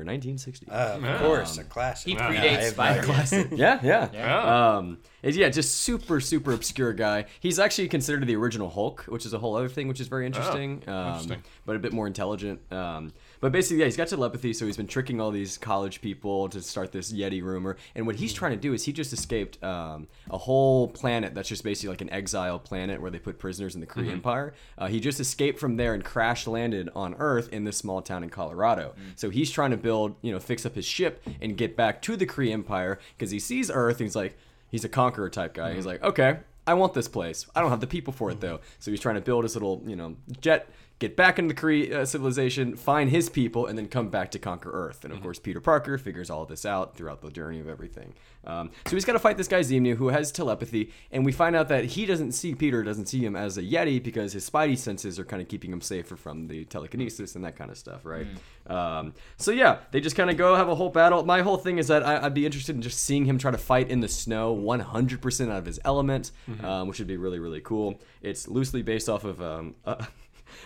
C: 1960.
A: Uh, of course,
C: Um,
A: a classic.
D: He
A: Yeah, I
D: predates
A: have no
D: Spider-Man.
A: idea.
C: yeah, yeah.
B: Yeah.
C: Um, and yeah, just super, super obscure guy. He's actually considered the original Hulk, which is a whole other thing, which is very interesting. um,
B: interesting.
C: But a bit more intelligent. Um, but basically, yeah, he's got telepathy, so he's been tricking all these college people to start this Yeti rumor. And what he's trying to do is he just escaped um, a whole planet that's just basically like an exile planet where they put prisoners in the Kree Empire. Uh, he just escaped from there and crash landed on Earth in this small town in Colorado. So he's trying to build, you know, fix up his ship and get back to the Kree Empire because he sees Earth and he's like, he's a conqueror type guy. He's like, okay, I want this place. I don't have the people for it though. So he's trying to build his little, you know, jet get back into the Kree uh, civilization, find his people, and then come back to conquer Earth. And of course, Peter Parker figures all this out throughout the journey of everything. Um, so he's got to fight this guy Zemnu who has telepathy, and we find out that he doesn't see Peter, doesn't see him as a Yeti because his Spidey senses are kind of keeping him safer from the telekinesis and that kind of stuff, right?
D: Mm.
C: Um, so yeah, they just kind of go have a whole battle. My whole thing is that I, I'd be interested in just seeing him try to fight in the snow 100% out of his element,
D: Mm-hmm.
C: um, which would be really, really cool. It's loosely based off of. Um, uh,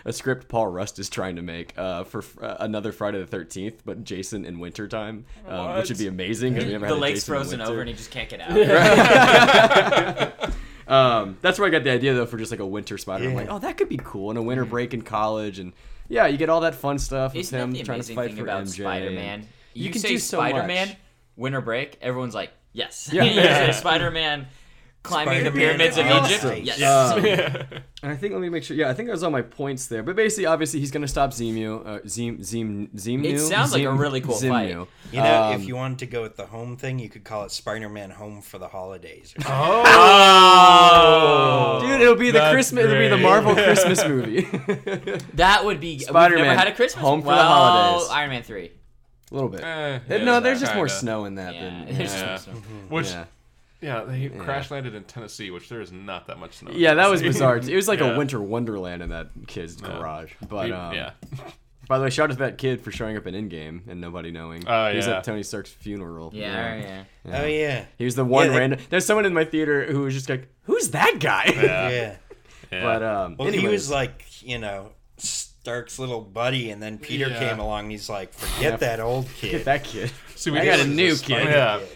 C: a script Paul Rust is trying to make uh, for uh, another Friday the Thirteenth, but Jason in wintertime, um, which would be amazing. 'cause we never
D: the
C: had a
D: lake's
C: Jason in
D: frozen
C: winter.
D: over and he just can't get out.
C: Um, that's where I got the idea though for just like a winter spider. I'm like, oh, that could be cool, and a
B: Mm.
C: winter break in college, and yeah, you get all that fun stuff with
D: Isn't
C: him
D: that the
C: trying to
D: amazing
C: fight
D: thing
C: for
D: about
C: MJ.
D: Spider-Man?
C: You
D: You,
C: can
D: say
C: do so much.
D: Spider-Man, winter break, everyone's like, yes.
C: Yeah.
D: you say Spider-Man climbing the
A: Spider-Man
D: pyramids of
A: is
D: Egypt,
A: awesome.
D: yes.
C: Um, and I think let me make sure. Yeah, I think I was on my points there. But basically, obviously, he's gonna stop Zemu. Uh, Zem Zem Zemnu.
D: It sounds like a
C: Zem-
D: really cool
C: Zemnu.
D: fight.
A: You know,
C: Um,
A: if you wanted to go with the home thing, you could call it Spider-Man Home for the Holidays. or
C: Oh,
A: something.
B: Oh,
C: Dude, it'll be the
B: That's
C: Christmas. It'll be the
B: great.
C: Marvel Christmas movie.
D: that would be. Spider-Man
C: Spider-Man,
D: never had a Christmas.
C: Home for the
D: well,
C: holidays.
D: Iron Man three.
C: a little bit.
B: Eh,
C: Uh,
B: yeah,
C: no, there's just more
B: kinda.
C: snow in that
D: Yeah,
C: than.
D: there's
C: Yeah.
D: some
B: Yeah.
D: stuff.
B: Which,
C: Yeah.
B: yeah, they crash landed in Tennessee, which there is not that much snow. in
C: Yeah, that was
B: Tennessee.
C: bizarre. It was like a
B: Yeah.
C: winter wonderland in that kid's garage. But um,
B: yeah,
C: By the way, shout out to that kid for showing up in Endgame and nobody knowing.
B: Oh,
C: He was
B: yeah.
C: at Tony Stark's funeral.
D: Yeah, yeah. yeah.
A: Oh yeah,
C: He was the one
A: Yeah, they-
C: random. There's someone in my theater who was just like, "Who's that guy?"
B: yeah.
A: yeah.
B: yeah.
C: But um,
A: Well, he
C: anyways.
A: was like, you know, Stark's little buddy, and then Peter
B: Yeah.
A: came along. and He's like, forget that old
C: Get
A: kid.
C: that kid.
B: See, we
C: I
B: did-
C: got a new
B: Spider-
C: kid.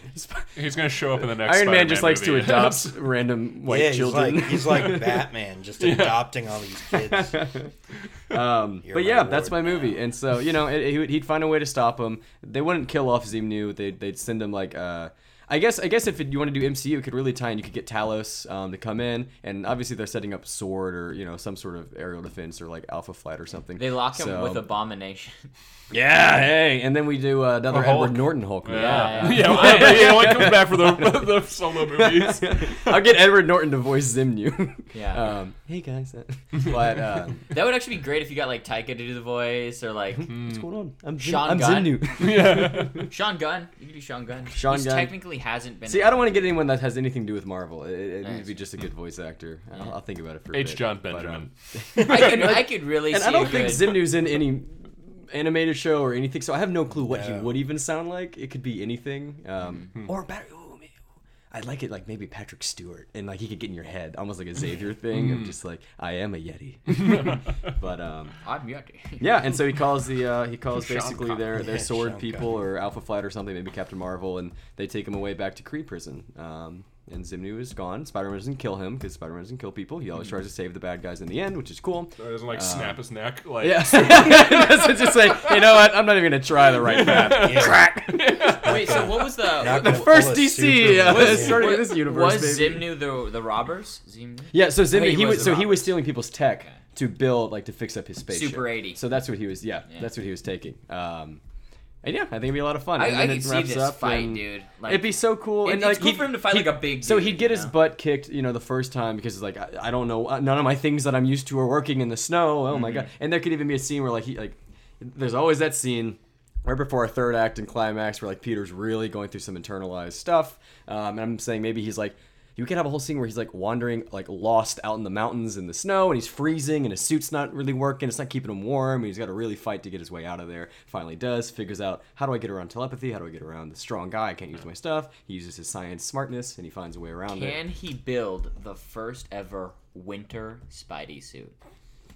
B: Yeah, he's gonna show up in the next.
C: Iron Man
B: Spider-Man
C: just likes to
B: movie.
C: adopt random white
A: yeah,
C: children.
A: he's like he's like Batman, just adopting all these kids.
C: um,
A: You're
C: but
A: my
C: yeah, that's my
A: lord
C: movie. And so you know, it, he would, he'd find a way to stop him. They wouldn't kill off Zemnu. They'd, they'd send him like. Uh, I guess I guess if it, you want to do MCU, it could really tie in. You could get Talos um, to come in, and obviously they're setting up Sword or you know some sort of aerial defense or like Alpha Flight or something.
D: They lock him
C: So-
D: with abomination.
C: yeah, hey, and then we do uh, another
B: Or Hulk.
C: Edward Norton Hulk. movie.
D: Yeah, yeah.
B: yeah, well, he only comes back for the, the solo movies.
C: I'll get Edward Norton to voice Zemnu.
D: Yeah.
C: Um, hey guys, but uh,
D: That would actually be great if you got like Taika to do the voice or like
C: what's going on? I'm Zim-
D: Hmm. Sean
C: I'm
D: Gunn.
C: Zemnu.
B: Yeah.
D: Sean Gunn. You could do Sean Gunn.
C: Sean
D: He's
C: Gunn.
D: technically hasn't been.
C: See, I don't want to get anyone that has anything to do with Marvel. It, it needs to
D: it's
C: be just a good voice actor. I'll, I'll think about it for a
B: H.
C: bit,
B: John
C: but, um,
B: Benjamin.
D: I could, I could really
C: and
D: see
C: I don't
D: a
C: think
D: good-
C: Zimnu's in any animated show or anything, so I have no clue what he
A: No.
C: would even sound like. It could be anything, um,
D: Mm-hmm.
C: or better. Ooh, man, I'd like it like maybe Patrick Stewart, and like he could get in your head, almost like a Xavier thing
D: Mm.
C: of just like I am a Yeti. but um,
D: I'm Yeti.
C: yeah, and so he calls the uh, he calls
B: Sean
C: basically
B: Connery.
C: their their
A: Yeah,
C: sword
A: Sean
C: people or Alpha Flight or something, maybe Captain Marvel, and they take him away back to Kree prison. Um, and Zimnu is gone. Spider Man doesn't kill him because Spider Man doesn't kill people. He always tries to save the bad guys in the end, which is cool.
B: Or doesn't like snap his neck. Like,
C: Uh, Yeah, That's just like you know what? I'm not even gonna try the right path.
A: Yeah.
D: Wait, so what was the
A: Not
C: The
A: gonna
C: first
A: pull a
C: DC
A: Superman.
C: uh, starting in this universe.
D: was
C: baby.
D: Zimnu the the robbers? Zimnu.
C: Yeah, so
D: Oh,
C: Zimnu,
D: he
C: he was
D: was the
C: so he
D: robber.
C: was stealing people's tech to build like to fix up his spaceship.
D: Super 80.
C: So that's what he was. Yeah, that's what he was taking. Um, and yeah, I think it'd be a lot of fun.
D: I,
C: and then
D: I could
C: it
D: see
C: wraps
D: this
C: up
D: fight,
C: and
D: dude. Like,
C: It'd be so cool.
D: it-
C: and
D: it's
C: like,
D: cool
C: he-
D: for him to fight like a big.
C: So
D: dude,
C: he'd get
D: you
C: his
D: know?
C: butt kicked, you know, the first time because it's like I, I don't know, uh, none of my things that I'm used to are working in the snow. Oh
D: Mm-hmm.
C: my god! And there could even be a scene where like he like, there's always that scene right before a third act and climax where like Peter's really going through some internalized stuff. Um, and I'm saying maybe he's like. You could have a whole scene where he's like wandering, like lost out in the mountains in the snow, and he's freezing, and his suit's not really working. It's not keeping him warm, and he's got to really fight to get his way out of there. Finally, does figures out how do I get around telepathy? How do I get around the strong guy? I can't use my stuff. He uses his science smartness, and he finds a way around it.
D: Can he build the first ever winter Spidey suit?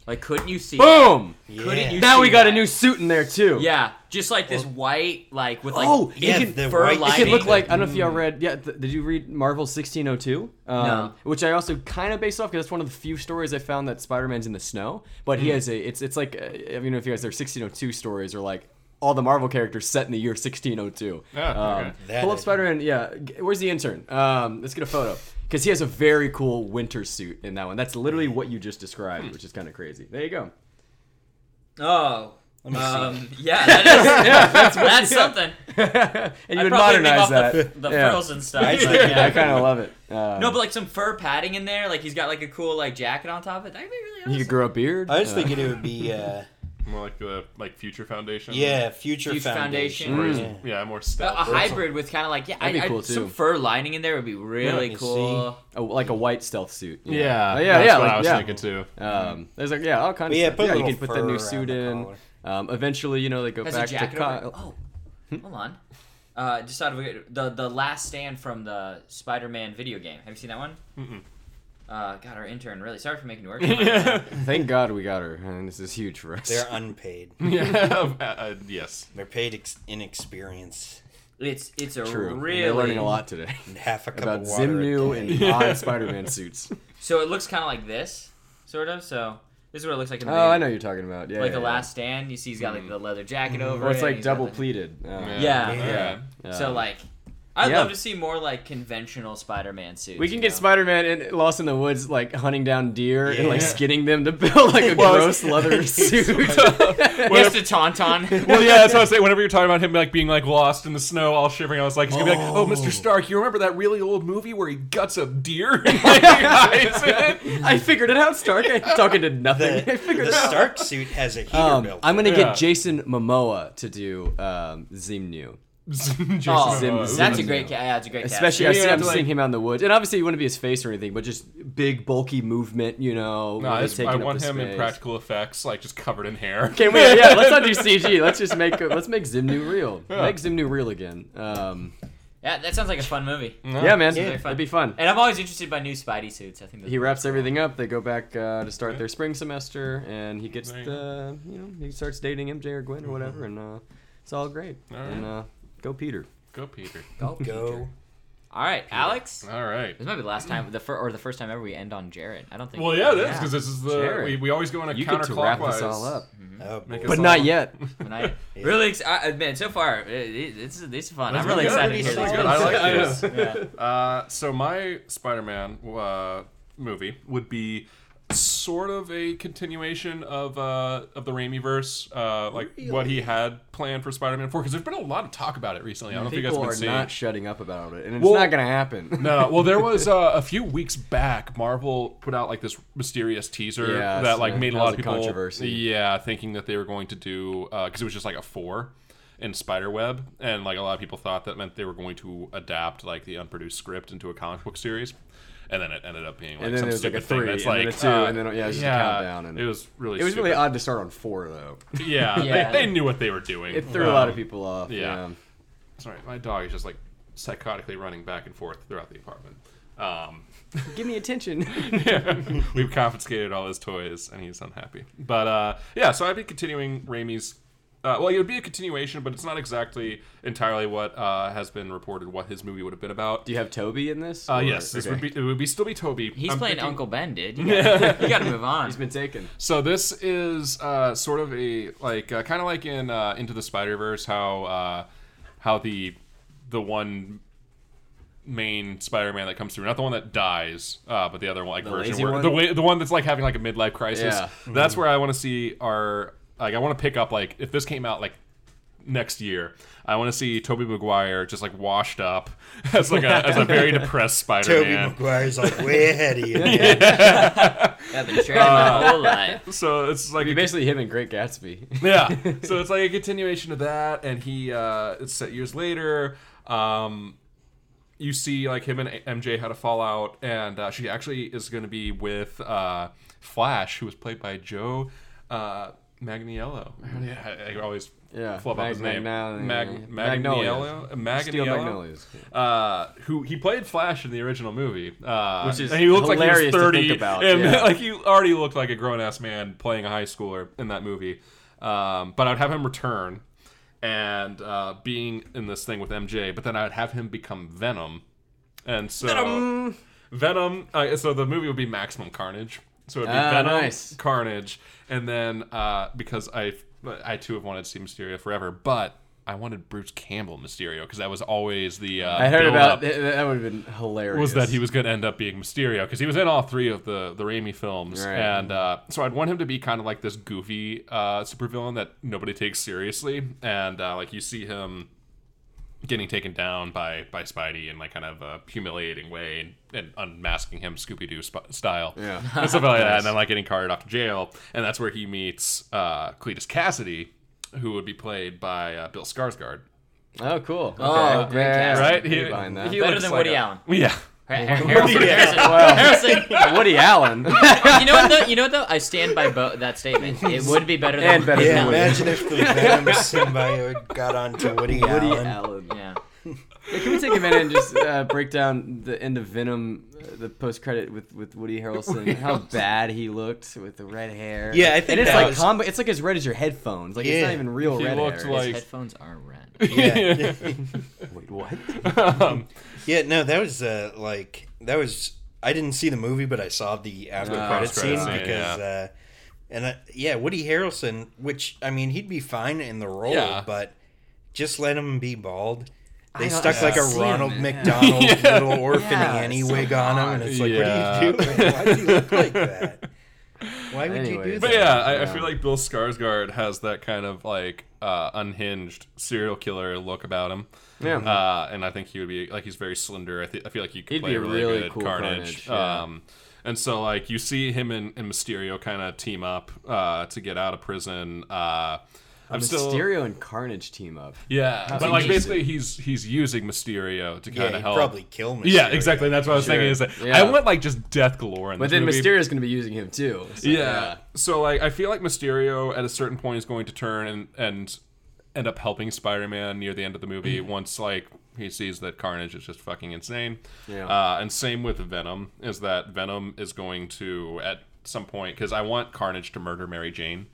D: Like, couldn't you see?
C: Boom!
D: Couldn't
A: Yeah.
D: you?
C: Now
D: see
C: we got a
D: that?
C: new suit in there too.
D: Yeah, just like this white, like with like.
C: Oh, it
A: Yeah,
C: can-
A: the
D: fur
A: white
C: It could
D: lining.
C: look like I don't know if y'all read. Yeah, th- did you read Marvel 1602? Um,
D: No.
C: Which I also kind of based off because that's one of the few stories I found that Spider-Man's in the snow. But
A: Mm.
C: he has a. It's it's like uh, I don't know if you guys there 1602 stories or like all the Marvel characters set in the year 1602.
D: Oh,
B: Yeah,
C: Um,
B: okay.
A: That
C: pull up
A: is-
C: Spider-Man. Yeah, g- where's the intern? Um, let's get a photo. Because he has a very cool winter suit
D: Hmm.
C: in that one. That's literally what you just described, which is kind of crazy. There you go.
D: Oh,
A: Let me
D: Um, yeah, that is, that's, something.
C: and you
D: I'd
C: would
D: probably nip
C: modernize
D: off
C: that.
D: the, the
C: yeah.
D: frills and stuff. but
C: I
D: yeah.
C: kind of love it. Um,
D: No, but like some fur padding in there. Like he's got like a cool like jacket on top of it. That'd be really awesome.
C: you could grow a beard.
A: I was
C: Uh,
A: thinking it would be uh,
B: More like the like Future Foundation.
A: yeah, future,
D: Future
A: foundation.
B: Or
D: Foundation.
B: is-
A: Yeah.
C: Mm.
B: yeah, more
D: a,
B: stealth.
D: a hybrid with kind of like yeah,
C: That'd
D: I,
C: be
D: I-
C: cool,
D: some
C: too.
D: fur lining in there would be really
A: let me
D: cool.
C: a- like a white stealth suit. you know?
B: Yeah,
C: Uh, yeah,
B: that's
C: yeah.
B: what
C: like,
B: I was
C: yeah.
B: thinking too.
C: Um, there's like yeah, all kinds
A: But yeah,
C: of
A: put
C: stuff.
A: a
C: Yeah, you
A: little
C: can put that
A: fur
C: new
A: around
C: suit
A: the
C: in.
A: collar.
C: Um, eventually, you know, they go
D: Has
C: back
D: a jacket
C: to
D: over.
C: co-
D: it? Oh, hold on. Uh, just out of a- the the last stand from the Spider-Man video game. Have you seen that one? Mm-mm. Uh, God, our intern really. Sorry for making you work.
C: Thank God we got her. and this is huge for us.
A: They're unpaid.
B: yeah, uh, uh, yes.
A: They're paid ex- in experience.
D: it's it's a
C: True.
D: really
C: They're learning a lot today
A: And half a cup
C: about
A: of water. a
C: Zimnu
A: day.
C: and odd Spider-Man suits.
D: So it looks kind of like this, sort of. So this is what it looks like in the
C: Oh, I know
D: video.
C: you're talking about. Yeah,
D: Like
C: yeah,
D: the
C: yeah.
D: Last Stand. You see, he's got like the leather jacket over.
C: Or it's
D: it,
C: like
D: he's got
C: double
D: the-
C: pleated. Uh,
D: Yeah.
A: Yeah.
C: yeah.
D: So like, I'd
C: Yeah.
D: love to see more like conventional Spider-Man suits.
C: We can
D: you
C: get
D: know?
C: Spider-Man in, lost in the woods, like hunting down deer and like
A: Yeah.
C: skinning them to build like a
B: Well,
C: gross leather suit.
D: He has to tauntaun.
B: Well, yeah, that's what I was saying. Whenever you're talking about him like being like lost in the snow, all shivering, I was like, he's gonna be like, "Oh, Mr. Stark, you remember that really old movie where he guts a deer?" And, like, hides it?
C: I figured it out, Stark. I'm talking to nothing. I
A: The,
C: figured
A: the
C: it out.
A: Stark suit has a heater
C: Um,
A: built.
C: I'm gonna
B: Yeah.
C: get Jason Momoa to do um, Zimnu,
B: Jason
D: Oh,
B: Momoa.
C: Zim-
D: that's a
C: Zim-
D: great. Ca- yeah, that's a great. cast.
C: especially
B: Yeah,
C: I
B: you
C: see,
B: have
C: I'm
B: to,
C: seeing
B: like-
C: him on the woods, and obviously it wouldn't be his face or anything, but just big bulky movement, you know.
B: No, I,
C: really
B: just-
C: taking
B: I
C: up
B: want
C: the
B: him in
C: space.
B: practical effects, like just covered in hair.
C: Can we? Yeah, let's not do CG. Let's just make let's make Zimnu real. Make Zimnu real again. Um,
D: Yeah, that sounds like a fun movie.
C: yeah, man,
D: Yeah.
C: that'd be fun.
D: And I'm always interested by new Spidey suits. I think.
C: He
D: That's-
C: wraps everything up. They go back uh, to start their spring semester, and he gets
B: There you Mm-hmm.
C: the you know he starts dating MJ or Gwen or whatever, and uh, it's all great.
B: All
C: And
B: right.
C: uh, go Peter.
B: Go, Peter.
D: go.
A: Go.
D: All right, Alex.
B: All right.
D: This might be the last time, the fir- or the first time ever we end on Jared. I don't think.
B: Well, yeah, it is
C: Yeah.
B: because this is the
C: Jared.
B: we, we always go in a
C: You get to
B: counterclockwise.
C: wrap this all up,
A: Oh, boy.
B: Make us
C: but
B: all-
C: not yet.
D: When I really, ex- I, man, so far eh, it, it, it's it's fun. I'm
B: That's
D: really
B: good.
D: excited to hear
B: That's
D: this.
B: good. I like
C: Yeah.
B: this. Uh, so my Spider-Man uh, movie would be sort of a continuation of uh, of the Raimi verse, uh, like what he had planned for Spider-Man 4. Because there's been a lot of talk about it recently. I don't know if you guys
C: People
B: have
C: are
B: been seeing.
C: not shutting up about it, and it's
B: Well-
C: not gonna happen.
B: no, well, there was uh, a few weeks back. Marvel put out like this mysterious teaser
C: Yeah,
B: that
C: it's-
B: like
C: yeah,
B: made a
C: that
B: lot
C: was
B: of
C: a
B: people
C: controversy.
B: Yeah, thinking that they were going to do because it was just like a four in spider web, and like a lot of people thought that meant they were going to adapt like the unproduced script into a comic book series, and then it ended up being like
C: And then
B: some
C: there was, like,
B: stupid
C: a
B: thing
C: three,
B: that's
C: and
B: like
C: then a two,
B: uh,
C: and then- yeah, it was just a countdown, and-
B: it was really
C: It was really
B: stupid.
C: odd to start on four though.
B: yeah,
D: Yeah.
B: They, they knew what they were doing.
C: It threw a lot
B: Um,
C: of people off.
B: yeah.
C: Yeah.
B: Sorry, my dog is just like psychotically running back and forth throughout the apartment. Um,
C: Give me attention.
B: yeah. We've confiscated all his toys, and he's unhappy. But uh, yeah, so I'd be continuing Raimi's. Uh, well, it would be a continuation, but it's not exactly entirely what uh, has been reported. What his movie would have been about.
C: Do you have Toby in this?
B: Uh,
C: Or-
B: yes, this would
C: okay.
B: be. It would be still be Toby.
D: He's
B: I'm
D: playing
B: thinking-
D: Uncle Ben, dude. You gotta, you gotta move on.
C: He's been taken.
B: So this is uh, sort of a like uh, kind of like in uh, Into the Spider Verse how uh, how the the one main Spider-Man that comes through, not the one that dies, uh, but the other one, like version
C: lazy
B: where
C: one?
B: the way, the one that's like having like a midlife crisis.
C: Yeah. Mm-hmm.
B: That's where I want to see our like I want to pick up like if this came out like next year. I want to see Toby Maguire just like washed up as like a, as a very depressed
A: Toby
B: Spider-Man.
A: McGuire's like way ahead of you. man.
D: I've been sharing
C: Oh.
D: my whole life.
B: So it's like
C: Be
B: a
C: basically him and Great Gatsby.
B: yeah so it's like a continuation of that and he uh it's set years later um you see like him and mj had a fallout and uh, she actually is going to be with uh flash who was played by joe uh Magniello. I, I always
C: Yeah,
B: flub up his
C: Mag-
B: name.
C: Magna-
B: Mag- Magniello.
C: Magnolia. Steel
B: Magniello.
C: Magnolias.
B: Uh, who he played Flash in the original movie, uh,
C: Which is
B: and he looked like he was
C: hilarious to
B: thirty,
C: think about,
B: and
C: yeah.
B: like he already looked like a grown ass man playing a high schooler in that movie. Um, but I'd have him return and uh, being in this thing with MJ, but then I'd have him become Venom, and so Venom. uh, so the movie would be Maximum Carnage. So it'd be
C: Ah,
B: Venom,
C: nice.
B: Carnage, and then uh, because I I too have wanted to see Mysterio forever, but I wanted Bruce Campbell Mysterio because that was always the uh,
C: I heard
B: build
C: about
B: up
C: that. That would have been hilarious.
B: was that he was going to end up being Mysterio because he was in all three of the the Raimi films,
C: Right.
B: and uh, so I'd want him to be kind of like this goofy uh, supervillain that nobody takes seriously, and uh, like you see him getting taken down by by Spidey in like kind of a humiliating way and, and unmasking him Scooby Doo sp- style,
C: Yeah.
B: and stuff like that, and then like getting carted off to jail, and that's where he meets uh, Cletus Cassidy, who would be played by uh, Bill Skarsgård.
C: Oh, cool.
D: Oh,
C: Okay.
D: great
C: Yeah,
D: cast.
B: Right?
C: He,
B: He-
C: behind that.
B: he-
D: Better
B: looks
D: than
B: like
D: Woody
B: a-
D: Allen.
B: Yeah.
D: Har- Har- Harrison, Harrison, Harrison.
C: Woody Allen.
D: You know what? Though, you know what? Though I stand by bo- that statement. It would be better than
C: And better
D: Woody
C: than
A: Yeah,
D: Allen.
A: imagine if the Venom symbiote got onto Woody,
C: Woody
A: Allen.
C: Allen.
D: Yeah.
C: Hey, can we take a minute and just uh, break down the end of Venom, uh, the post credit with, with Woody Harrelson, and how bad he looked with the red hair?
A: Yeah, I think
C: and it's
A: that
C: like
A: was-
C: combo. It's like as red as your headphones. Like it's
A: Yeah.
C: not even real
B: He
C: red
B: looked
C: hair.
B: like-
D: His headphones are red.
A: Yeah.
C: Wait, what?
B: um,
A: yeah, no, that was uh, like that was. I didn't see the movie, but I saw the after
B: Uh,
A: credit scene
B: post-credit scene,
A: because, uh, and I, yeah, Woody Harrelson, which I mean, he'd be fine in the role,
B: Yeah.
A: but just let him be bald. They
C: I don't-
A: stuck
C: I
A: like a
C: don't see him,
A: Ronald
C: man.
A: McDonald
B: Yeah.
A: little orphan
C: Yeah,
A: Annie
C: it's so
A: wig on him, and it's like, what
B: Yeah.
A: do you do? Why does he look like that? Why would you do that?
C: Anyways.
B: But yeah, I, I
C: Yeah.
B: feel like Bill Skarsgård has that kind of like uh, unhinged serial killer look about him.
C: Yeah.
B: Uh, and I think he would be like he's very slender. I, th- I feel like he could
C: He'd
B: play
C: be
B: a
C: a
B: really,
C: really
B: good
C: cool
B: Carnage.
C: Carnage, yeah.
B: Um, and so like you see him and, and Mysterio kind of team up uh, to get out of prison. Uh, I'm still
C: Mysterio and Carnage team up.
B: yeah, but like
C: amazing.
B: basically he's he's using Mysterio to
A: Yeah,
B: kind of
A: he'd
B: help.
A: probably kill me.
B: yeah, exactly. That's what I was thinking. Is that I
C: Yeah.
B: want like just death galore in
C: But
B: this
C: then
B: movie.
C: Mysterio's going to be using him too. so,
B: yeah. So like I feel like Mysterio at a certain point is going to turn and and end up helping Spider-Man near the end of the movie
C: Mm.
B: once like he sees that Carnage is just fucking insane.
C: Yeah.
B: Uh, and same with Venom is that Venom is going to at some point because I want Carnage to murder Mary Jane,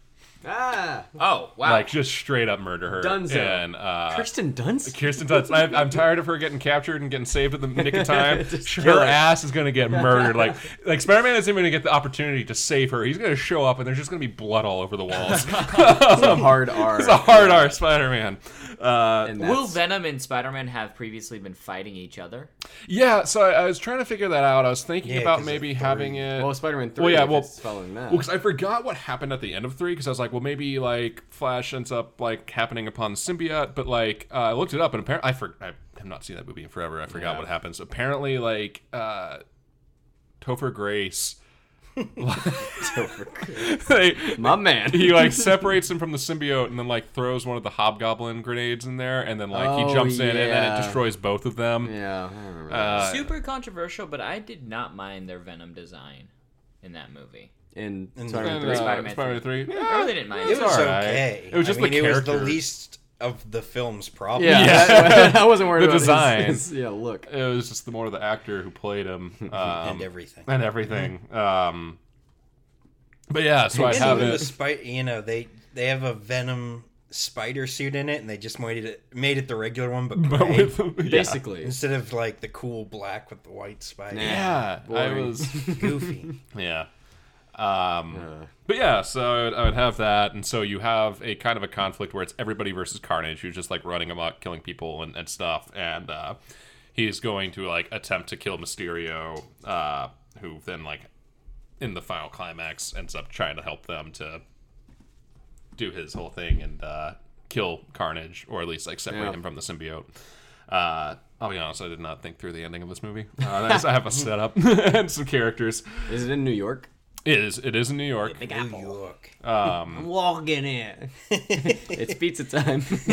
C: Ah,
B: Uh,
D: Oh wow.
B: like just straight up murder her.
C: Dunzo.
B: And uh,
C: Kirsten Dunst.
B: Kirsten Dunst. I'm, I'm tired of her getting captured and getting saved at the nick of time.
C: Just kill
B: her
C: her.
B: ass is gonna get murdered. Like, like Spider-Man isn't even gonna get the opportunity to save her. He's gonna show up and there's just gonna be blood all over the walls.
C: It's a hard R.
B: it's a hard R, Spider-Man. Uh,
C: And
D: Will
C: that's-
D: Venom and Spider-Man have previously been fighting each other?
C: Uh,
B: yeah. So I, I was trying to figure that out. I was thinking
A: Yeah,
B: about
A: 'cause of
B: maybe
A: three.
B: having it.
C: Well, Spider-Man Three.
B: Well, yeah,
C: if
B: well-
C: it's following that.
B: Well, because I forgot what happened at the end of three, because I was like, well, maybe like Flash ends up like happening upon the symbiote, but like uh, I looked it up and apparently I for- I have not seen that movie in forever. I forgot what happens. Apparently, like uh, Topher Grace, they,
C: My man.
B: he like separates him from the symbiote and then like throws one of the hobgoblin grenades in there, and then like he
C: Oh,
B: jumps in and then it
C: yeah.
B: destroys both of them.
C: yeah, I remember that.
B: Uh,
D: Super controversial, but I did not mind their Venom design in that movie.
C: in
A: And-
C: Spider-Man
B: and,
C: Three.
B: uh,
D: Spider-Man
B: Spider-Man three.
D: I really didn't mind.
B: It
D: It
A: It
B: was
A: was
B: all right.
A: okay.
B: It was just
A: I mean,
B: the
A: it was the
B: character.
A: least of the film's problem.
C: Yeah,
B: Yeah.
C: that- I wasn't worried
B: The
C: about his-
B: design.
C: his- yeah, look.
B: It was just the more the actor who played him um,
A: and everything.
B: and everything. Um, but yeah, so I
A: And
B: have
A: even the
B: it.
A: spider, you know, they they have a venom spider suit in it, and they just made it made it the regular one, but,
B: But
A: gray.
B: with yeah.
C: Basically,
A: instead of like the cool black with the white spider.
B: yeah, I
C: Boring.
B: was
A: Goofy.
B: yeah. Um,
C: Uh.
B: but yeah, so I would, I would have that, and so you have a kind of a conflict where it's everybody versus Carnage, who's just like running amok, killing people and, and stuff, and uh, he's going to like attempt to kill Mysterio, uh, who then like in the final climax ends up trying to help them to do his whole thing and uh, kill Carnage, or at least like separate
C: Yeah.
B: him from the symbiote. Uh, I'll be honest, I did not think through the ending of this movie. Uh, that's- I have a setup and some characters.
C: is it in New York?
B: It is it is in New York.
A: New York.
C: I'm walking in. it's pizza time.
B: It's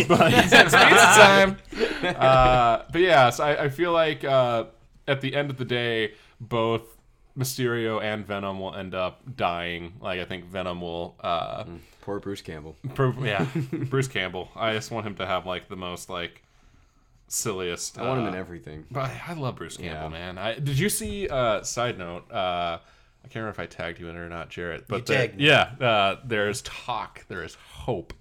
B: pizza time. Uh, but yeah, so I, I feel like uh, at the end of the day, both Mysterio and Venom will end up dying. Like I think Venom will uh,
C: Poor Bruce Campbell.
B: prove. Yeah, Bruce Campbell. I just want him to have like the most like silliest.
C: I want him
B: uh,
C: in everything.
B: But I, I love Bruce Campbell,
C: Yeah.
B: man. I, did you see? Uh, side note. Uh, I can't remember if I tagged you in it or not, Jarrett. But there-
A: tagged me.
B: yeah, uh, there's talk, there is hope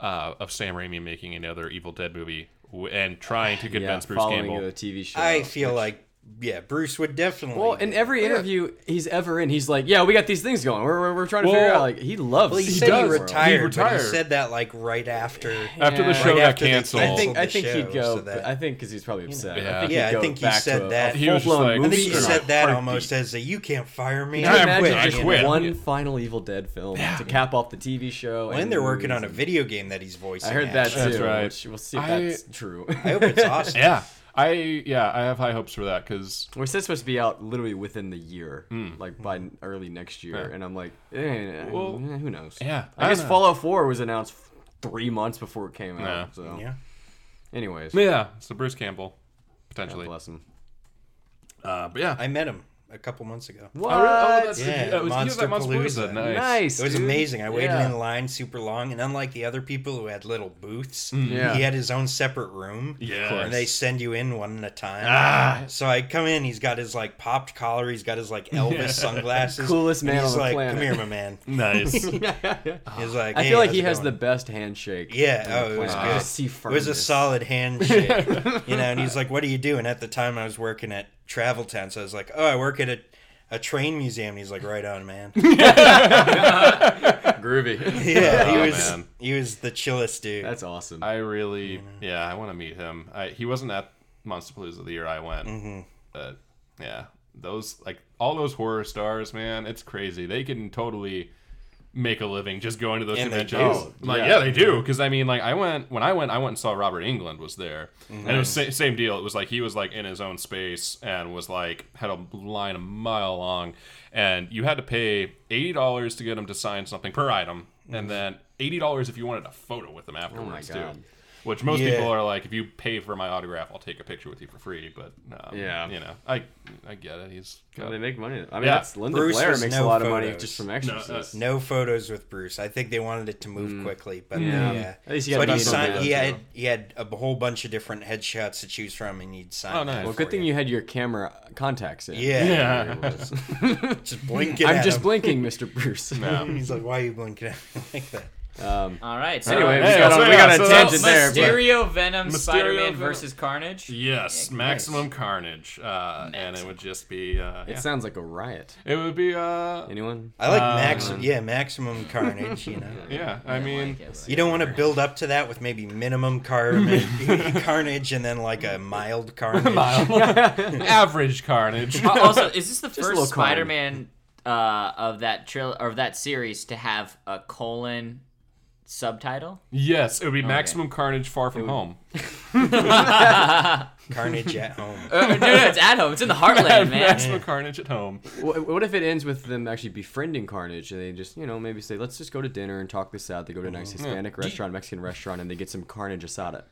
B: uh, of Sam Raimi making another Evil Dead movie w- and trying to
C: Yeah,
B: convince Bruce
C: following
B: Campbell.
C: the TV show.
A: I feel like yeah, Bruce would definitely.
C: Well, in every interview he's ever in, he's like, "Yeah, we got these things going. We're, we're, we're trying to figure
B: Well-
C: out." Like he loves.
A: Well, he,
C: Sea
A: said
C: Dog
A: he
C: World.
A: retired, but
B: retired.
A: he said that like right after.
B: After the
C: Yeah.
B: show
A: Right
B: got
A: after they- I
B: canceled,
C: I think
A: the
C: I think he'd
A: show,
C: go.
A: so that-
C: I think because he's probably upset.
B: Yeah.
C: I think,
A: Yeah,
C: he'd
A: I
C: go
A: think he
C: back
A: said
C: to a-
A: that.
C: A
B: He was just
C: full-blown
B: like- I
A: I
C: movie
A: think he
B: Sure.
C: star.
A: said that
B: Heartbeat.
A: almost as a "you can't fire me."
C: Can you
B: I
C: imagine
B: quit, I
C: just
B: quit.
C: one final Evil Dead film to cap off the TV show.
A: When
C: and
A: they're
C: the
A: working on a
C: movies.
A: video game that he's voicing.
C: I heard that too.
A: actually.
B: That's right.
C: Which we'll see if
B: I-
C: that's true.
A: I hope it's awesome.
B: yeah, I yeah I have high hopes for that because
C: We're still supposed to be out literally within the year,
B: Hmm.
C: like by n- early next year, and I'm like, eh,
B: Well,
C: eh, who knows?
B: yeah,
C: I,
B: I
C: guess
B: don't know.
C: Fallout 4 was announced three months before it came
B: Yeah.
C: out. So,
A: Yeah.
C: anyways,
B: yeah, so Bruce Campbell potentially.
C: bless him.
B: Uh, but yeah,
A: I met him a couple months ago.
C: What?
B: Oh, really? Oh, that's-
A: Yeah,
B: that was- he was at
A: Monsterpalooza.
B: Monsterpalooza. Nice.
C: nice.
A: It was
C: dude.
A: amazing. I waited
C: Yeah.
A: in line super long, and unlike the other people who had little booths,
C: Mm. Yeah.
A: he had his own separate room.
B: Yes.
A: and they send you in one at a time.
B: Ah.
A: So I come in. He's got his like popped collar. He's got his like Elvis sunglasses.
C: Coolest
A: and
C: man
A: He's
C: on the
A: like,
C: planet."
A: "Come here, my man."
B: Nice.
A: He's like,
C: I
A: "Hey,
C: feel like
A: how's
C: he
A: it
C: has the
A: going?"
C: best handshake.
A: Yeah,
C: on the
A: oh, it was
C: planet.
A: good.
C: Just see
A: It was a
C: firmness.
A: solid handshake, you know. And he's like, "What are you doing?" At the time, I was working at Travel Town, so I was like, "Oh, I work at a, a train museum." And he's like, "Right on, man."
C: groovy.
A: Yeah, he
B: Oh,
A: was
B: man.
A: he was the chillest dude.
C: That's awesome.
B: I really, yeah, I want to meet him. I, he wasn't at Monsterpalooza the year I went,
A: Mm-hmm.
B: but yeah, those like all those horror stars, man, it's crazy. They can totally make a living just going to those
A: And they
B: conventions.
A: do.
B: I'm like, yeah.
C: Yeah.
B: they do. Because I mean, like, I went when I went, I went and saw Robert England was there, and it was sa- same deal. It was like he was like in his own space and was like had a line a mile long, and you had to pay eighty dollars to get him to sign something per item, and then eighty dollars if you wanted a photo with him afterwards
C: Mm-hmm. Oh God.
B: too. Which most
A: Yeah.
B: people are like, if you pay for my autograph, I'll take a picture with you for free. But um,
C: Yeah.
B: you know, I I get it. He's
C: Well,
B: got
C: they make money. I mean,
B: Yeah.
C: that's Linda
A: Bruce
C: Blair
A: has
C: makes a
A: no
C: lot of money
A: photos.
C: just from
B: uh,
C: Exorcist.
A: no photos with Bruce. I think they wanted it to move quickly, but
C: Yeah.
A: yeah.
C: At least you gotta
A: but he
C: meet him
A: signed.
C: now,
A: He
C: too.
A: had he had a whole bunch of different headshots to choose from, and he'd sign.
B: Oh, nice.
A: it
B: Well,
C: well,
A: for
C: good thing
A: you.
C: you had your camera contacts in.
A: Yeah,
B: yeah.
A: just blinking.
C: I'm
A: at
C: just
A: him.
C: blinking, Mr. Bruce.
A: He's like, "Why are you blinking at me like that?"
C: Um,
D: All right. So
C: anyway,
B: Hey,
C: we got,
B: so
C: on, we
B: yeah,
C: got
B: so
C: a
B: that-
C: tangent there. but-
D: Mysterio, Venom, Spider-Man
B: Venom.
D: versus Carnage.
B: Yes, maximum carnage, uh, and it would just be. Uh,
C: It
B: yeah.
C: sounds like a riot.
B: It would be. Uh,
C: Anyone?
A: I like
B: Uh,
A: max. Yeah, maximum carnage. You know,
B: yeah, I mean,
A: you don't want to build up to that with maybe minimum carnage, carnage, and then like a mild carnage.
B: average carnage.
D: Al- Uh, also, is this the
C: a
D: first
C: little con.
D: Spider-Man uh, of that tril- or of that series to have a colon subtitle?
B: yes, it would be maximum carnage far from home.
A: Carnage at home.
D: Uh, no, no, it's at home. It's in the heartland, man.
B: maximum carnage at home.
C: Wha- What if it ends with them actually befriending Carnage and they just, you know, maybe say, let's just go to dinner and talk this out? They go to a nice Hispanic restaurant, Mexican restaurant, and they get some Carnage asada.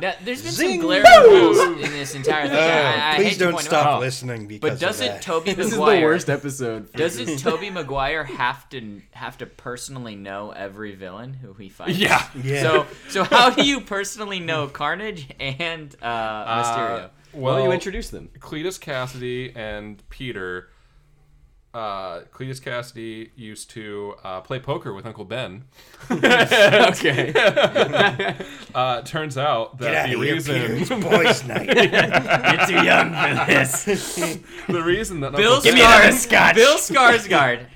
D: Now, there's been
A: Zing.
D: some glaring holes in this entire thing. I, I
A: Oh, please
D: hate to
A: don't
D: point them
A: stop
D: out.
A: listening because.
D: Oh. But
A: of
D: doesn't
A: that.
D: Toby
C: This is the
D: Maguire
C: worst episode. for-
D: doesn't Toby Maguire have to have to personally know every villain who he fights?
B: Yeah.
A: Yeah.
D: So so how do you personally know Carnage and uh, Mysterio?
B: Uh,
C: well, you introduce them.
B: Cletus Cassidy and Peter. Uh, Cletus Cassidy used to uh, play poker with Uncle Ben.
C: Okay.
B: Uh, turns out
A: Get
B: that
A: out
B: the
A: of here,
B: reason
A: Peter. It's boys' night.
D: You're too young for this.
B: the reason that
D: Bill
B: Uncle Ben-
A: me another
D: Skarsgård.
A: scotch.
D: Bill Skarsgård.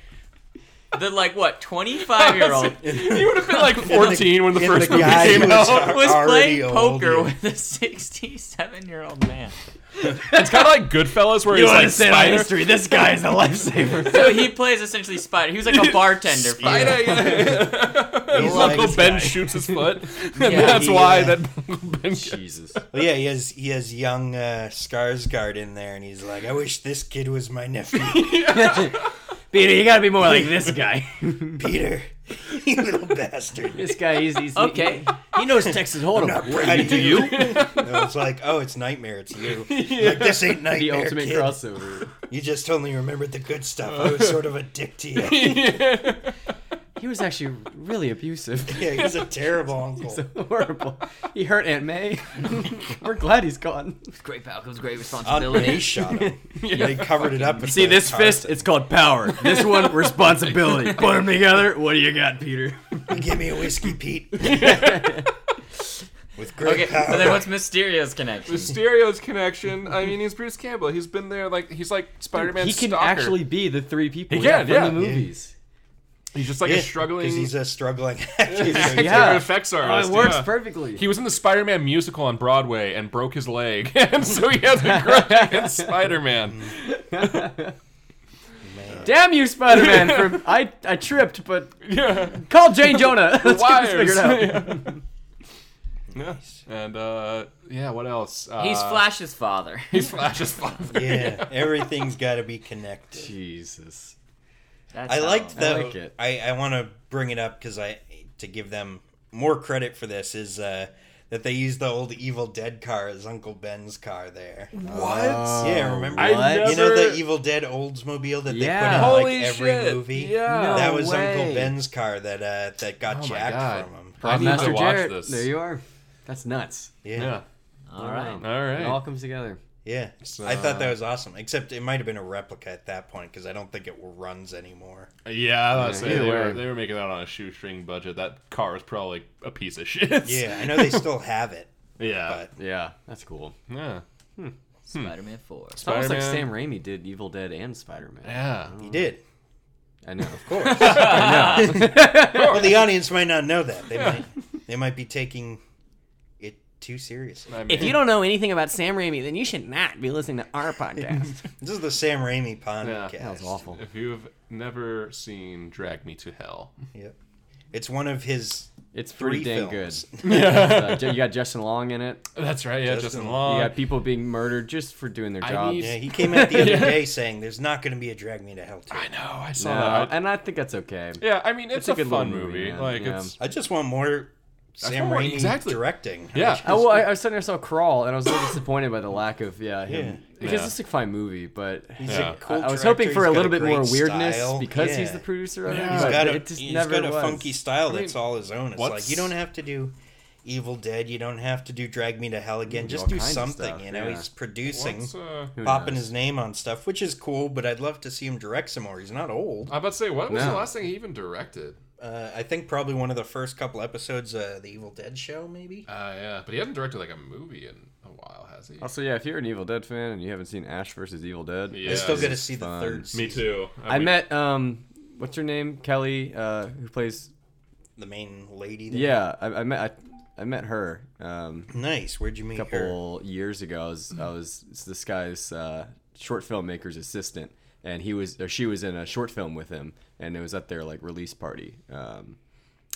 D: The like what 25 year old
B: he would have been like 14 when the
A: in
B: first
A: the
B: movie
A: guy
B: came
A: who was
B: out.
A: ar-
D: was
A: already
D: playing
A: old,
D: poker
A: yeah.
D: with a 67 year old man.
B: It's kind of like Goodfellas, where he's like Spider.
C: This guy is a lifesaver.
D: So he plays essentially Spider. He was like a bartender. for
B: Spider.
D: you.
A: He's like
B: Uncle
A: this
B: Ben
A: guy.
B: shoots his foot. and
D: Yeah,
B: that's
A: he,
B: why
A: uh,
B: that Uncle Ben.
C: Jesus.
A: Well, yeah, he has he has young uh, Skarsgård in there, and he's like, "I wish this kid was my nephew,
C: Peter, you gotta be more like this guy.
A: Peter, you little bastard."
C: this guy, he's, he's
D: Okay.
C: He knows Texas Hold'em.
A: Not proud of you. No, it's like, oh, it's nightmare. It's you. Like this ain't
C: the
A: nightmare,
C: ultimate
A: kid.
C: crossover.
A: You just only remembered the good stuff. I was sort of a dick to you.
C: He was actually really abusive.
A: Yeah, he's a terrible uncle.
C: So horrible. He hurt Aunt May. We're glad he's gone.
D: Great power comes great
A: Aunt May
D: responsibility.
A: shot him. They covered it up. With
C: See
A: the
C: this
A: tar-
C: fist? It's called power. This one, responsibility. Put them together. What do you got, Peter?
A: Give me a whiskey, Pete. With great
D: Okay,
A: power.
D: so then what's Mysterio's connection?
B: Mysterio's connection. I mean, he's Bruce Campbell. He's been there like he's like Spider-Man.
C: he can
B: stalker.
C: actually be the three people
B: He
C: yeah,
B: can,
C: from
B: yeah.
C: the movies.
B: He's just like
A: Yeah,
B: a struggling.
A: 'cause he's a struggling actor. so
B: Yeah.
A: he's-
C: Yeah.
B: effects
C: Oh,
B: artist.
C: it works
B: yeah.
C: perfectly.
B: He was in the Spider-Man musical on Broadway and broke his leg, and so he has a grudge against Spider-Man.
C: Damn you, Spider Man! For I I tripped, but
B: Yeah,
C: call Jane Jonah. Let's
B: wires.
C: get this figured out.
B: Yeah. Yeah. And uh, yeah, what else? Uh,
D: He's Flash's father.
B: He's Flash's father.
A: yeah, everything's got to be connected.
C: Jesus.
D: That's
A: I
D: how-
A: liked
C: I
A: though. I
C: like it.
A: I, want to bring it up because I to give them more credit for this is uh, that they used the old Evil Dead car as Uncle Ben's car there.
B: What?
C: Oh
A: yeah, remember?
B: I
C: What?
A: Um, You know
B: never-
A: the Evil Dead Oldsmobile that
C: Yeah.
A: they put in like
B: Holy
A: every
B: shit,
A: movie.
B: yeah. No
A: that was
C: way.
A: Uncle Ben's car that uh, that got
B: Oh my God.
A: jacked from him.
B: I need
C: Master
B: to watch
C: Jarrett,
B: this.
C: there you are. That's nuts.
A: Yeah,
B: Yeah.
D: All right.
B: All right.
C: It all comes together.
A: yeah. I thought that was awesome. Except it might have been a replica at that point because I don't think it runs anymore.
B: Yeah, I was
C: Yeah,
B: saying, they,
C: either
B: were,
C: way.
B: they were making that on a shoestring budget. That car is probably a piece of shit.
A: Yeah, I know they still have it,
B: yeah,
A: but
C: Yeah, that's cool.
B: yeah,
A: hmm.
D: Spider-Man 4.
C: It's almost like Sam
B: Spider-Man.
C: Raimi did Evil Dead and Spider Man.
B: yeah.
A: he did.
C: I know.
A: Of course. Well, the audience might not know that. They might they might be taking it too seriously.
B: I mean,
C: don't know anything about Sam Raimi, then you should not be listening to our podcast.
A: This is the Sam Raimi
B: Yeah.
A: podcast.
B: That
A: Yeah,
C: that was awful.
B: if you've never seen Drag Me to Hell,
A: Yep. It's one of his
C: It's pretty
A: three
C: dang
A: films.
C: good.
B: yeah,
C: Uh, Ju- you got Justin Long in it.
B: that's right. Yeah,
A: Justin
B: Justin
C: You
B: Long.
C: got people being murdered just for doing their
B: I
C: jobs.
B: need-
A: Yeah, he came out the other
B: Yeah.
A: day saying there's not going to be a Drag Me to Hell 2.
B: I know. I saw
C: No,
B: that.
C: Uh, and I think that's okay.
B: yeah, I mean, it's,
C: a
B: a,
C: good
B: fun
C: little movie,
B: movie.
C: man.
B: Like
C: Yeah.
B: it's
A: I just want more Sam
B: want more-
A: Raimi
B: exactly.
A: directing.
B: yeah.
C: Oh, well, I, I was sitting there saw Crawl, and I was a little disappointed by the lack of yeah him
A: Yeah.
C: because
B: Yeah.
C: it's a fine movie, but
A: He's
B: Yeah.
A: a cool
C: I was
A: director.
C: hoping for
A: He's
C: a
A: got
C: little bit
A: great
C: more weirdness
A: style.
C: because he's
A: Yeah.
C: the producer of it.
B: Yeah.
A: He's
C: but
A: got a,
C: it just
A: he's
C: never
A: got a
C: was.
A: funky style that's all his own. It's
B: what's-
A: like you don't have to do Evil Dead, you don't have to do Drag Me to Hell again. Just
C: all
A: do
C: kinds of
A: something,
C: stuff,
A: you know.
C: yeah.
A: He's producing,
B: What's, uh,
C: Who
A: popping
C: knows?
A: his name on stuff, which is cool. But I'd love to see him direct some more. He's not old.
B: I'm about to say, what was the
C: No.
B: last thing he even directed?
A: Uh, I think probably one of the first couple episodes of the Evil Dead show, maybe.
B: Uh, yeah, but he hasn't directed like a movie in a while, has he?
C: Also, yeah, if you're an Evil Dead fan and you haven't seen Ash versus Evil Dead,
B: Yeah.
A: I still got to
C: it's
A: see the
C: fun.
A: third.
B: Me
A: season,
B: too.
C: I met um, what's her name, Kelly, uh, who plays.
A: the main lady. There.
C: Yeah, I, I met I, I met her um,
A: Nice. Where'd you meet her?
C: a couple years ago. I was, I was it's this guy's uh, short filmmaker's assistant, and he was or she was in a short film with him, and it was at their like release party. Um,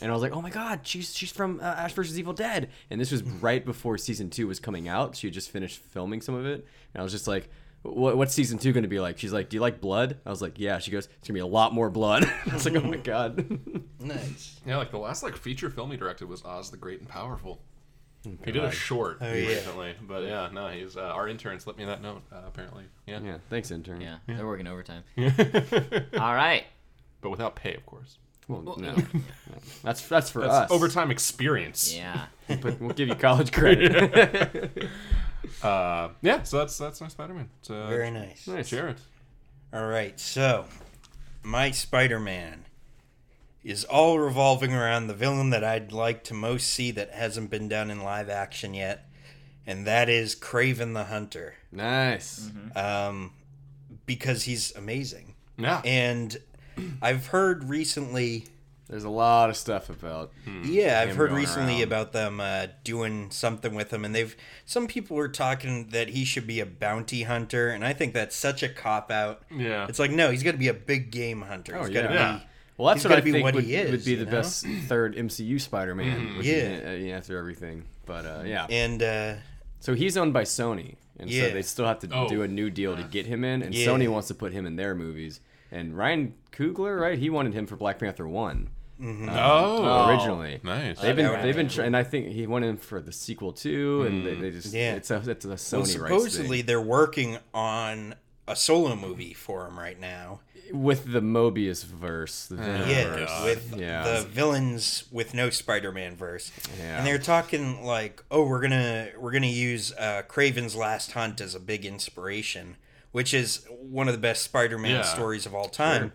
C: and I was like, "Oh my God, she's she's from uh, Ash versus Evil Dead," and this was right before season two was coming out. She had just finished filming some of it, and I was just like, "What what's season two going to be like?" She's like, "Do you like blood?" I was like, "Yeah." She goes, "It's gonna be a lot more blood." I was like, "Oh my God."
A: Nice.
B: Yeah, like the last like feature film he directed was Oz the Great and Powerful. He did a short
A: Oh, yeah.
B: recently, but yeah, no, he's uh, our interns let me that note uh, apparently. Yeah.
C: yeah, thanks, intern.
D: Yeah, they're working overtime. All right.
B: but without pay, of course.
C: Well, no, no. that's that's for
B: That's
C: us.
B: overtime experience.
D: Yeah.
C: but we'll give you college credit.
B: Uh, yeah. So that's that's my Spider-Man. uh, So
A: Very nice.
B: Nice. Jared.
A: All right, so my Spider Man is all revolving around the villain that I'd like to most see that hasn't been done in live action yet, and that is Craven the Hunter.
C: nice.
A: Um, because he's amazing.
B: Yeah.
A: And I've heard recently,
C: There's a lot of stuff about.
B: Hmm.
A: yeah, I've
C: Mm-hmm. Him
A: heard
C: going
A: recently
C: around.
A: about them uh, doing something with him, and they've some people were talking that he should be a bounty hunter, and I think that's such a cop out.
B: yeah.
A: It's like no, he's got to be a big game hunter.
C: Oh,
A: He's gotta
C: yeah.
A: be-
B: Yeah.
C: Well, that's
A: He's
C: what I
A: gotta be
C: think
A: what
C: would,
A: he is,
C: would be
A: you
C: the
A: know?
C: best third MCU Spider-Man.
B: Hmm.
C: which is,
A: Yeah.
C: uh, yeah, after everything. But uh, yeah,
A: and uh,
C: so he's owned by Sony, and so
A: Yeah.
C: they still have to
B: Oh.
C: do a new deal to get him in, and
A: Yeah.
C: Sony wants to put him in their movies. And Ryan Coogler, right? He wanted him for Black Panther one
B: oh.
C: originally.
B: Nice.
C: They've
A: That
C: been,
A: would
C: they've
A: be
C: been, tr- and I think he wanted him for the sequel too, and they, they just,
A: Yeah.
C: it's a, it's a Sony
A: well,
C: rights thing.
A: supposedly they're working on a solo movie for him right now.
C: with the Mobius verse.
B: Oh,
C: The
A: yeah,
C: Venomverse.
A: with
C: Yeah.
A: the villains with no Spider-Man verse,
C: Yeah.
A: and they're talking like, oh, we're gonna we're gonna use uh, Craven's Last Hunt as a big inspiration, which is one of the best Spider-Man
B: Yeah.
A: stories of all time.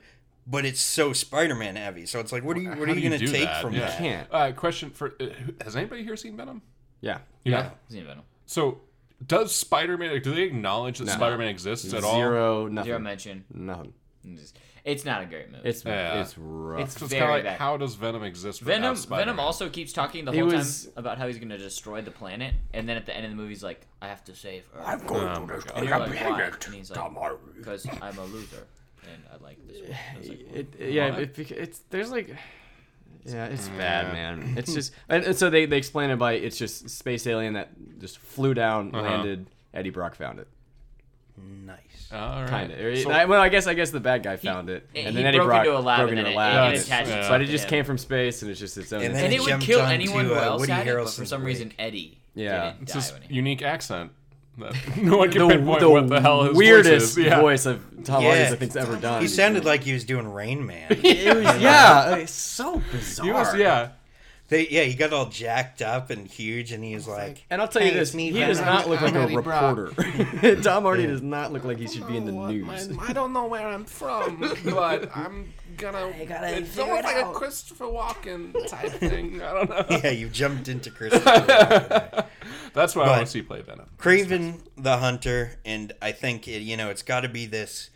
A: But it's so Spider-Man heavy, so it's like, what are you what
B: How
A: are you
B: do
A: gonna
B: do
A: take
B: that?
A: from
B: yeah.
A: that?
C: Can't.
B: Uh, question for uh, who- Has anybody here seen Venom?
C: Yeah.
B: Yeah.
D: He's in Venom.
B: So does Spider-Man? Like, do they acknowledge that Spider-Man exists at all?
C: Zero,
D: Zero
C: nothing.
D: mention.
C: Nothing.
D: Just- It's not a great movie.
C: It's
B: Yeah.
C: it's rough.
D: It's
B: So it's kind
D: very
B: of like
D: bad.
B: how does Venom exist without
D: Venom
B: Spider-Man?
D: Venom also keeps talking the
C: He
D: whole
C: was-
D: time about how he's gonna destroy the planet, and then at the end of the movie he's like, "I have to save Earth."
B: Oh my God.
D: and you're like, "Why?" And he's like, "Because I'm a loser, and I like this." One. I was like,
C: it, yeah,
B: What?
C: it, bec- it's there's like, yeah, it's bad, man. It's just and, and so they they explain it by it's just space alien that just flew down, landed. Eddie Brock found it,
A: Nice.
B: All right.
C: kind of.
B: So-
C: well, I guess I guess the bad guy found it,
D: he
C: and then Eddie
D: broke
C: Brock
D: into a lab
C: broke
D: and
C: into
D: then
C: a
D: it-
C: lab.
D: it attaches
B: Yeah.
C: But it
D: to
C: just
D: him.
C: came from space, and it's just its own.
A: And
C: thing.
A: then
D: and
A: He
D: it would
A: jumped
D: kill
A: onto,
D: anyone who
A: uh,
D: else
A: Woody
D: had it, but for
A: Harrelson's
D: some reason
A: wig.
D: Eddie.
C: Yeah.
D: didn't
B: It's
D: die
B: his
D: when he-
B: unique accent. That no one can pinpoint what the hell his voice
C: weirdest
B: is. Yeah.
C: voice of Tom
A: Yeah.
C: Hardy's I think's ever done.
A: He sounded like he was doing Rain Man.
C: It was- yeah, it's so bizarre.
B: He was, yeah.
A: They, yeah, he got all jacked up and huge, and he was like,
C: And I'll tell you
A: "Hey,
C: this:
A: it's me,
C: he does
A: Venom."
C: not look like a reporter. Tom Hardy does not look like he should be in the news.
B: I don't know where I'm from, but I'm gonna. it's almost like a Christopher Walken type thing. I don't know.
A: Yeah, you jumped into Christopher.
B: That's why I want
A: But-
B: to see play Venom.
A: Craven the Hunter, and I think it, you know it's got to be this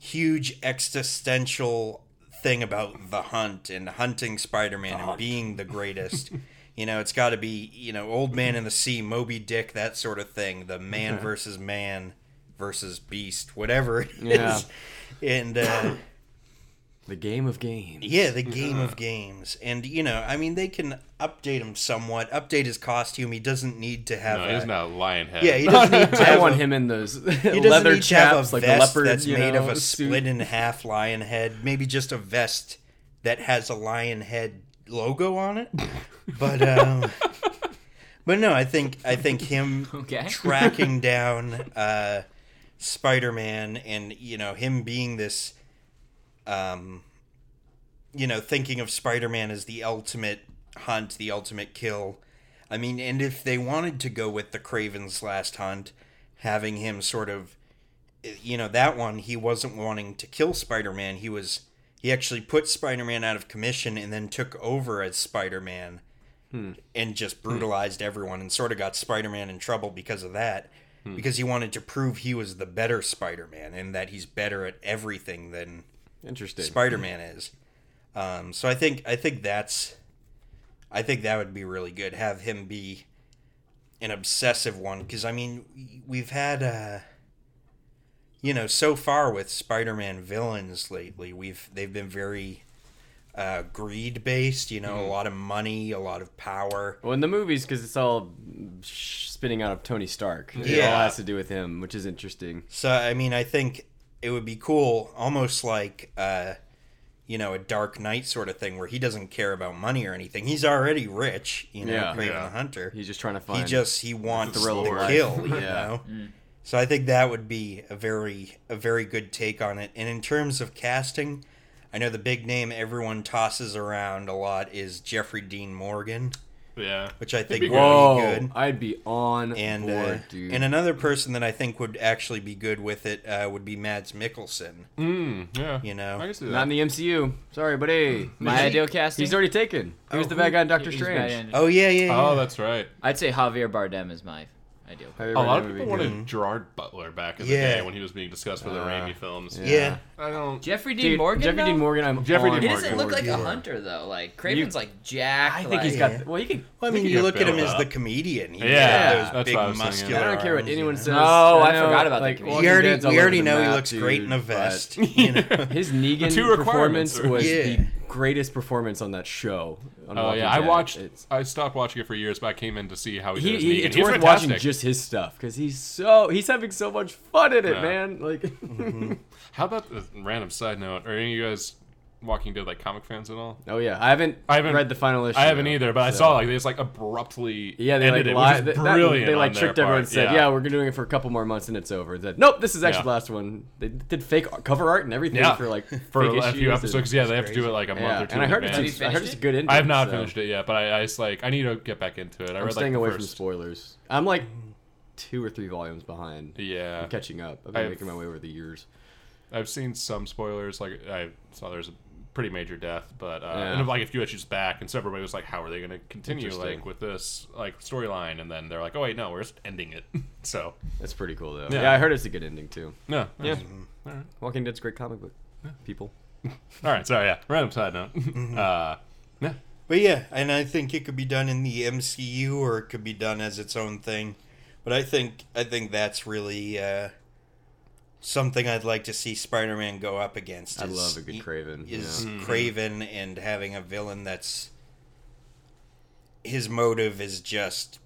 A: huge existential thing about the hunt and hunting Spider-Man and being the greatest. you know, it's got to be you know Old Man in the Sea, Moby Dick, that sort of thing. The man versus man versus beast, whatever it is.
C: Yeah.
A: And uh,
C: The game of games.
A: Yeah, the game of games, and you know, I mean, they can update him somewhat. Update his costume. He doesn't need to have.
B: No,
A: a,
B: he's not a lion head.
A: Yeah, he doesn't need to
C: I
A: have
C: want
A: a-
C: him in those
A: He doesn't
C: leather
A: need to have
C: chaps,
A: a
C: like the
A: vest
C: leopard.
A: that's
C: you
A: made
C: know,
A: of a
C: suit.
A: split in half lion head. Maybe just a vest that has a lion head logo on it. But um, but no, I think I think him
D: Okay.
A: tracking down uh, Spider-Man and you know him being this, um, you know, thinking of Spider-Man as the ultimate hunt, the ultimate kill. I mean, and if they wanted to go with the Craven's Last Hunt, having him sort of, you know, that one he wasn't wanting to kill Spider-Man. He was he actually put Spider-Man out of commission and then took over as Spider-Man and just brutalized everyone and sort of got Spider-Man in trouble because of that because he wanted to prove he was the better Spider-Man and that he's better at everything than
C: Interesting.
A: Spider-Man is. Um, so I think I think that's I think that would be really good have him be an obsessive one because I mean we've had uh you know so far with Spider-Man villains lately we've they've been very uh, greed based you know a lot of money a lot of power
C: Well, in the movies, because it's all sh- spinning out of Tony Stark. It all
A: Yeah.
C: has to do with him, which is interesting.
A: So I mean, I think it would be cool, almost like uh, you know, a Dark Knight sort of thing, where he doesn't care about money or anything. He's already rich, you know,
C: Yeah.
A: Craven
B: Yeah.
A: the Hunter.
C: He's just trying to
A: he
C: find.
A: just he wants
C: thrill of
A: the
C: life.
A: kill, you
C: Yeah. Mm.
A: know. So I think that would be a very a very good take on it. And in terms of casting, I know the big name everyone tosses around a lot is Jeffrey Dean Morgan,
B: Yeah.
A: which I think
B: be
A: would
B: good.
C: Whoa!
A: be good
C: I'd be on
A: and
C: board,
A: uh,
C: dude.
A: and another person that I think would actually be good with it uh, would be Mads Mikkelsen.
B: Mm, yeah.
A: You know.
B: I can see that.
C: Not in the MCU. Sorry, buddy.
D: My ideal casting.
C: He's already taken. He was the bad guy in Doctor
D: He's
C: Strange.
D: bad in-
A: Oh yeah, yeah. yeah.
B: oh, that's right.
D: I'd say Javier Bardem is my ideal.
C: Have you
B: A
C: ever
B: lot
C: heard
B: of
C: that
B: people
C: movie?
B: wanted Gerard Butler back in the
A: Yeah.
B: day when he was being discussed for the Raimi films.
A: yeah.
B: I don't.
D: Jeffrey Dean
C: Dude,
D: Morgan.
C: Jeffrey
D: though?
C: Dean Morgan. I'm
B: Jeffrey
C: on
B: Dean
D: He doesn't
B: Morgan.
D: look like a
A: Morgan.
D: hunter though. Like Craven's like Jack.
C: I think he's
A: like-
C: got. Well, he can.
A: Well, I mean,
B: could
A: you
B: get
A: look at him
B: built
A: as
B: up.
A: the comedian. He's got
B: Yeah,
A: those
B: that's
A: big
B: what I was thinking.
A: muscular.
B: I
C: I don't care what
A: arms,
C: anyone says.
D: Oh, I
C: know,
D: forgot about
C: like,
D: that.
A: You know?
C: Walking
A: We
C: Dead's
A: already
C: all
A: we
C: over
A: already
C: the
A: know he
C: map,
A: looks great in a
C: dude, but
A: vest. You know?
C: His Negan
B: The two requirements
C: performance
B: are-
C: was
A: Yeah.
C: the greatest performance on that show. on
B: Oh
C: Walking
B: yeah, I
C: Dead.
B: watched.
C: It's,
B: I stopped watching it for years, but I came in to see how he,
C: he,
B: did. as
C: he-
B: Negan.
C: it's
B: He's
C: worth
B: fantastic.
C: watching just his stuff because he's so he's having so much fun in it,
B: Yeah.
C: man. Like,
B: How about a random side note? Are any of you guys Walking Dead like comic fans at all?
C: oh yeah, I haven't,
B: I haven't-
C: read the final issue.
B: I haven't either, but I
C: so-
B: saw like they just like abruptly
C: Yeah, they like
B: ended
C: lied.
B: it,
C: th-
B: which is
C: that-
B: brilliant.
C: they like
B: on their
C: tricked everyone and
B: part.
C: said, "Yeah, we're gonna doing it for a couple more months and it's over." Then nope, this is actually the
B: Yeah.
C: last one. They did fake cover art and everything
B: Yeah.
C: for like
B: for a
C: fake
B: few
C: issues and-
B: episodes. 'cause, yeah, they have to do it like a month
C: yeah.
B: or two.
C: and I
B: in
C: heard it's,
B: advance.
D: Have you
C: I heard it's
D: finished
C: good. Ending,
B: I have not
C: so
B: finished it yet, but I, I just like I need to get back into it. I
C: I'm
B: read
C: staying
B: like
C: away
B: the
C: from
B: first.
C: spoilers. I'm like two or three volumes behind.
B: Yeah,
C: I'm catching up. I've been
B: I've-
C: making my way over the years.
B: I've seen some spoilers. Like I saw there's a pretty major death. But uh,
C: Yeah.
B: and like a few issues back, and so everybody was like, "How are they going to continue
C: Interesting.
B: like with this like storyline?" And then they're like, "Oh wait, no, we're just ending it." so
C: That's pretty cool though. Yeah.
B: Yeah.
C: I heard it's a good ending too.
B: no,
C: Yeah.
B: All right.
C: Walking Dead's a great comic book. People.
B: All right, sorry, yeah. Random side note. Uh, yeah,
A: But yeah, and I think it could be done in the MCU or it could be done as its own thing. But I think I think that's really uh, something I'd like to see Spider-Man go up against.
C: I
A: is-
C: love a good Craven.
A: Is
B: Mm-hmm.
C: yeah.
A: Craven and having a villain that's his motive is just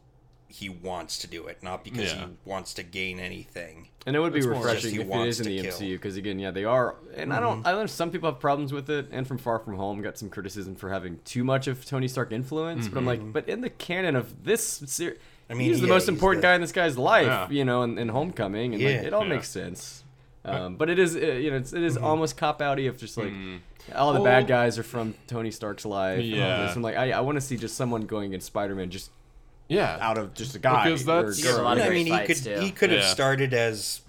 A: he wants to do it, not because he
B: Yeah.
A: wants to gain anything.
C: And it would be
B: It's more just
C: refreshing
A: he
C: if it
A: wants
C: is in
A: to
C: the
A: kill.
C: MCU because again, yeah, they are. And I don't. I know some people have problems with it. And from Far From Home, got some criticism for having too much of Tony Stark influence. But I'm like, but in the canon of this series, I mean,
A: mean,
C: he's the
A: yeah,
C: most
A: he's
C: important
A: the-
C: guy in this guy's life.
B: Yeah.
C: You know, in, in Homecoming, and
A: Yeah.
C: like, it all
B: Yeah.
C: makes sense. Um, but it is, uh, you know, it's, it is almost cop outy if just like all the bad
B: Well-
C: guys are from Tony Stark's life. And
B: Mm-hmm.
C: all
B: Yeah.
C: this. I'm like, I, I want to see just someone going in Spider Man just
B: yeah.
C: out of just a guy.
B: Because that's-
D: There were a lot of
A: I
D: great
A: mean, he could
D: fights, too.
A: he could have
B: Yeah.
A: started as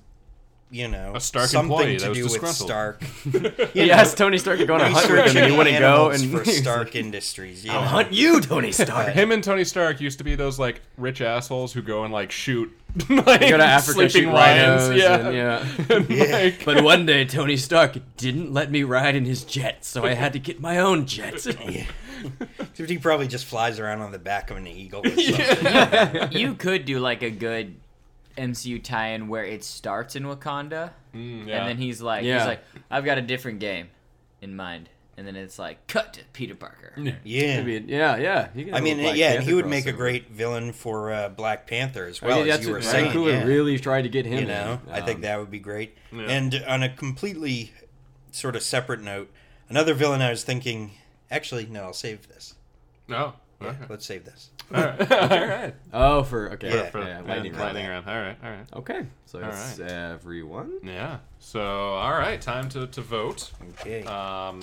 A: you know
B: A Stark
A: something
B: employee that
A: to
B: was
A: do with
B: disgruntled.
A: Stark.
C: he asked Tony Stark to go on a hunt with him, and he wouldn't go.
A: animals
C: And
A: for Stark Industries. Yeah.
C: you, Tony Stark.
B: Him and Tony Stark used to be those like rich assholes who go and like shoot like
C: go to Africa,
B: sleeping
C: shoot
B: lions.
C: rhinos,
B: yeah.
C: and, yeah.
B: And,
A: Yeah.
B: like-
C: But one day, Tony Stark didn't let me ride in his jet, so I had to get my own jet.
A: He probably just flies around on the back of an eagle. Or something.
D: you could do like a good MCU tie-in where it starts in Wakanda,
B: Mm, yeah.
D: and then he's like,
C: Yeah.
D: he's like, I've got a different game in mind, and then it's like, cut to Peter Parker.
A: Yeah.
C: yeah, yeah. you can
A: I
C: have a
A: mean,
C: Black
A: yeah, and
C: Panther
A: he would make a
C: crossover.
A: great villain for uh, Black Panther as
C: I
A: well,
C: mean,
A: as
C: that's
A: you were
C: what
A: saying.
C: Vancouver
A: yeah.
C: really tried to get him.
A: you know,
C: in.
A: I think
C: Um,
A: that would be great. And on a completely sort of separate note, another villain I was thinking. Actually, no, I'll save this. Yeah,
B: no. Oh, Okay.
A: let's save this.
B: All right. All right.
C: Oh, for okay,
A: Yeah.
B: For-
C: yeah, lightning round.
B: lightning round. All right. All right.
C: Okay, so
B: All
C: that's
B: right.
C: everyone.
B: Yeah. So, all right. Time to, to vote.
A: Okay.
C: Uh,
B: Um,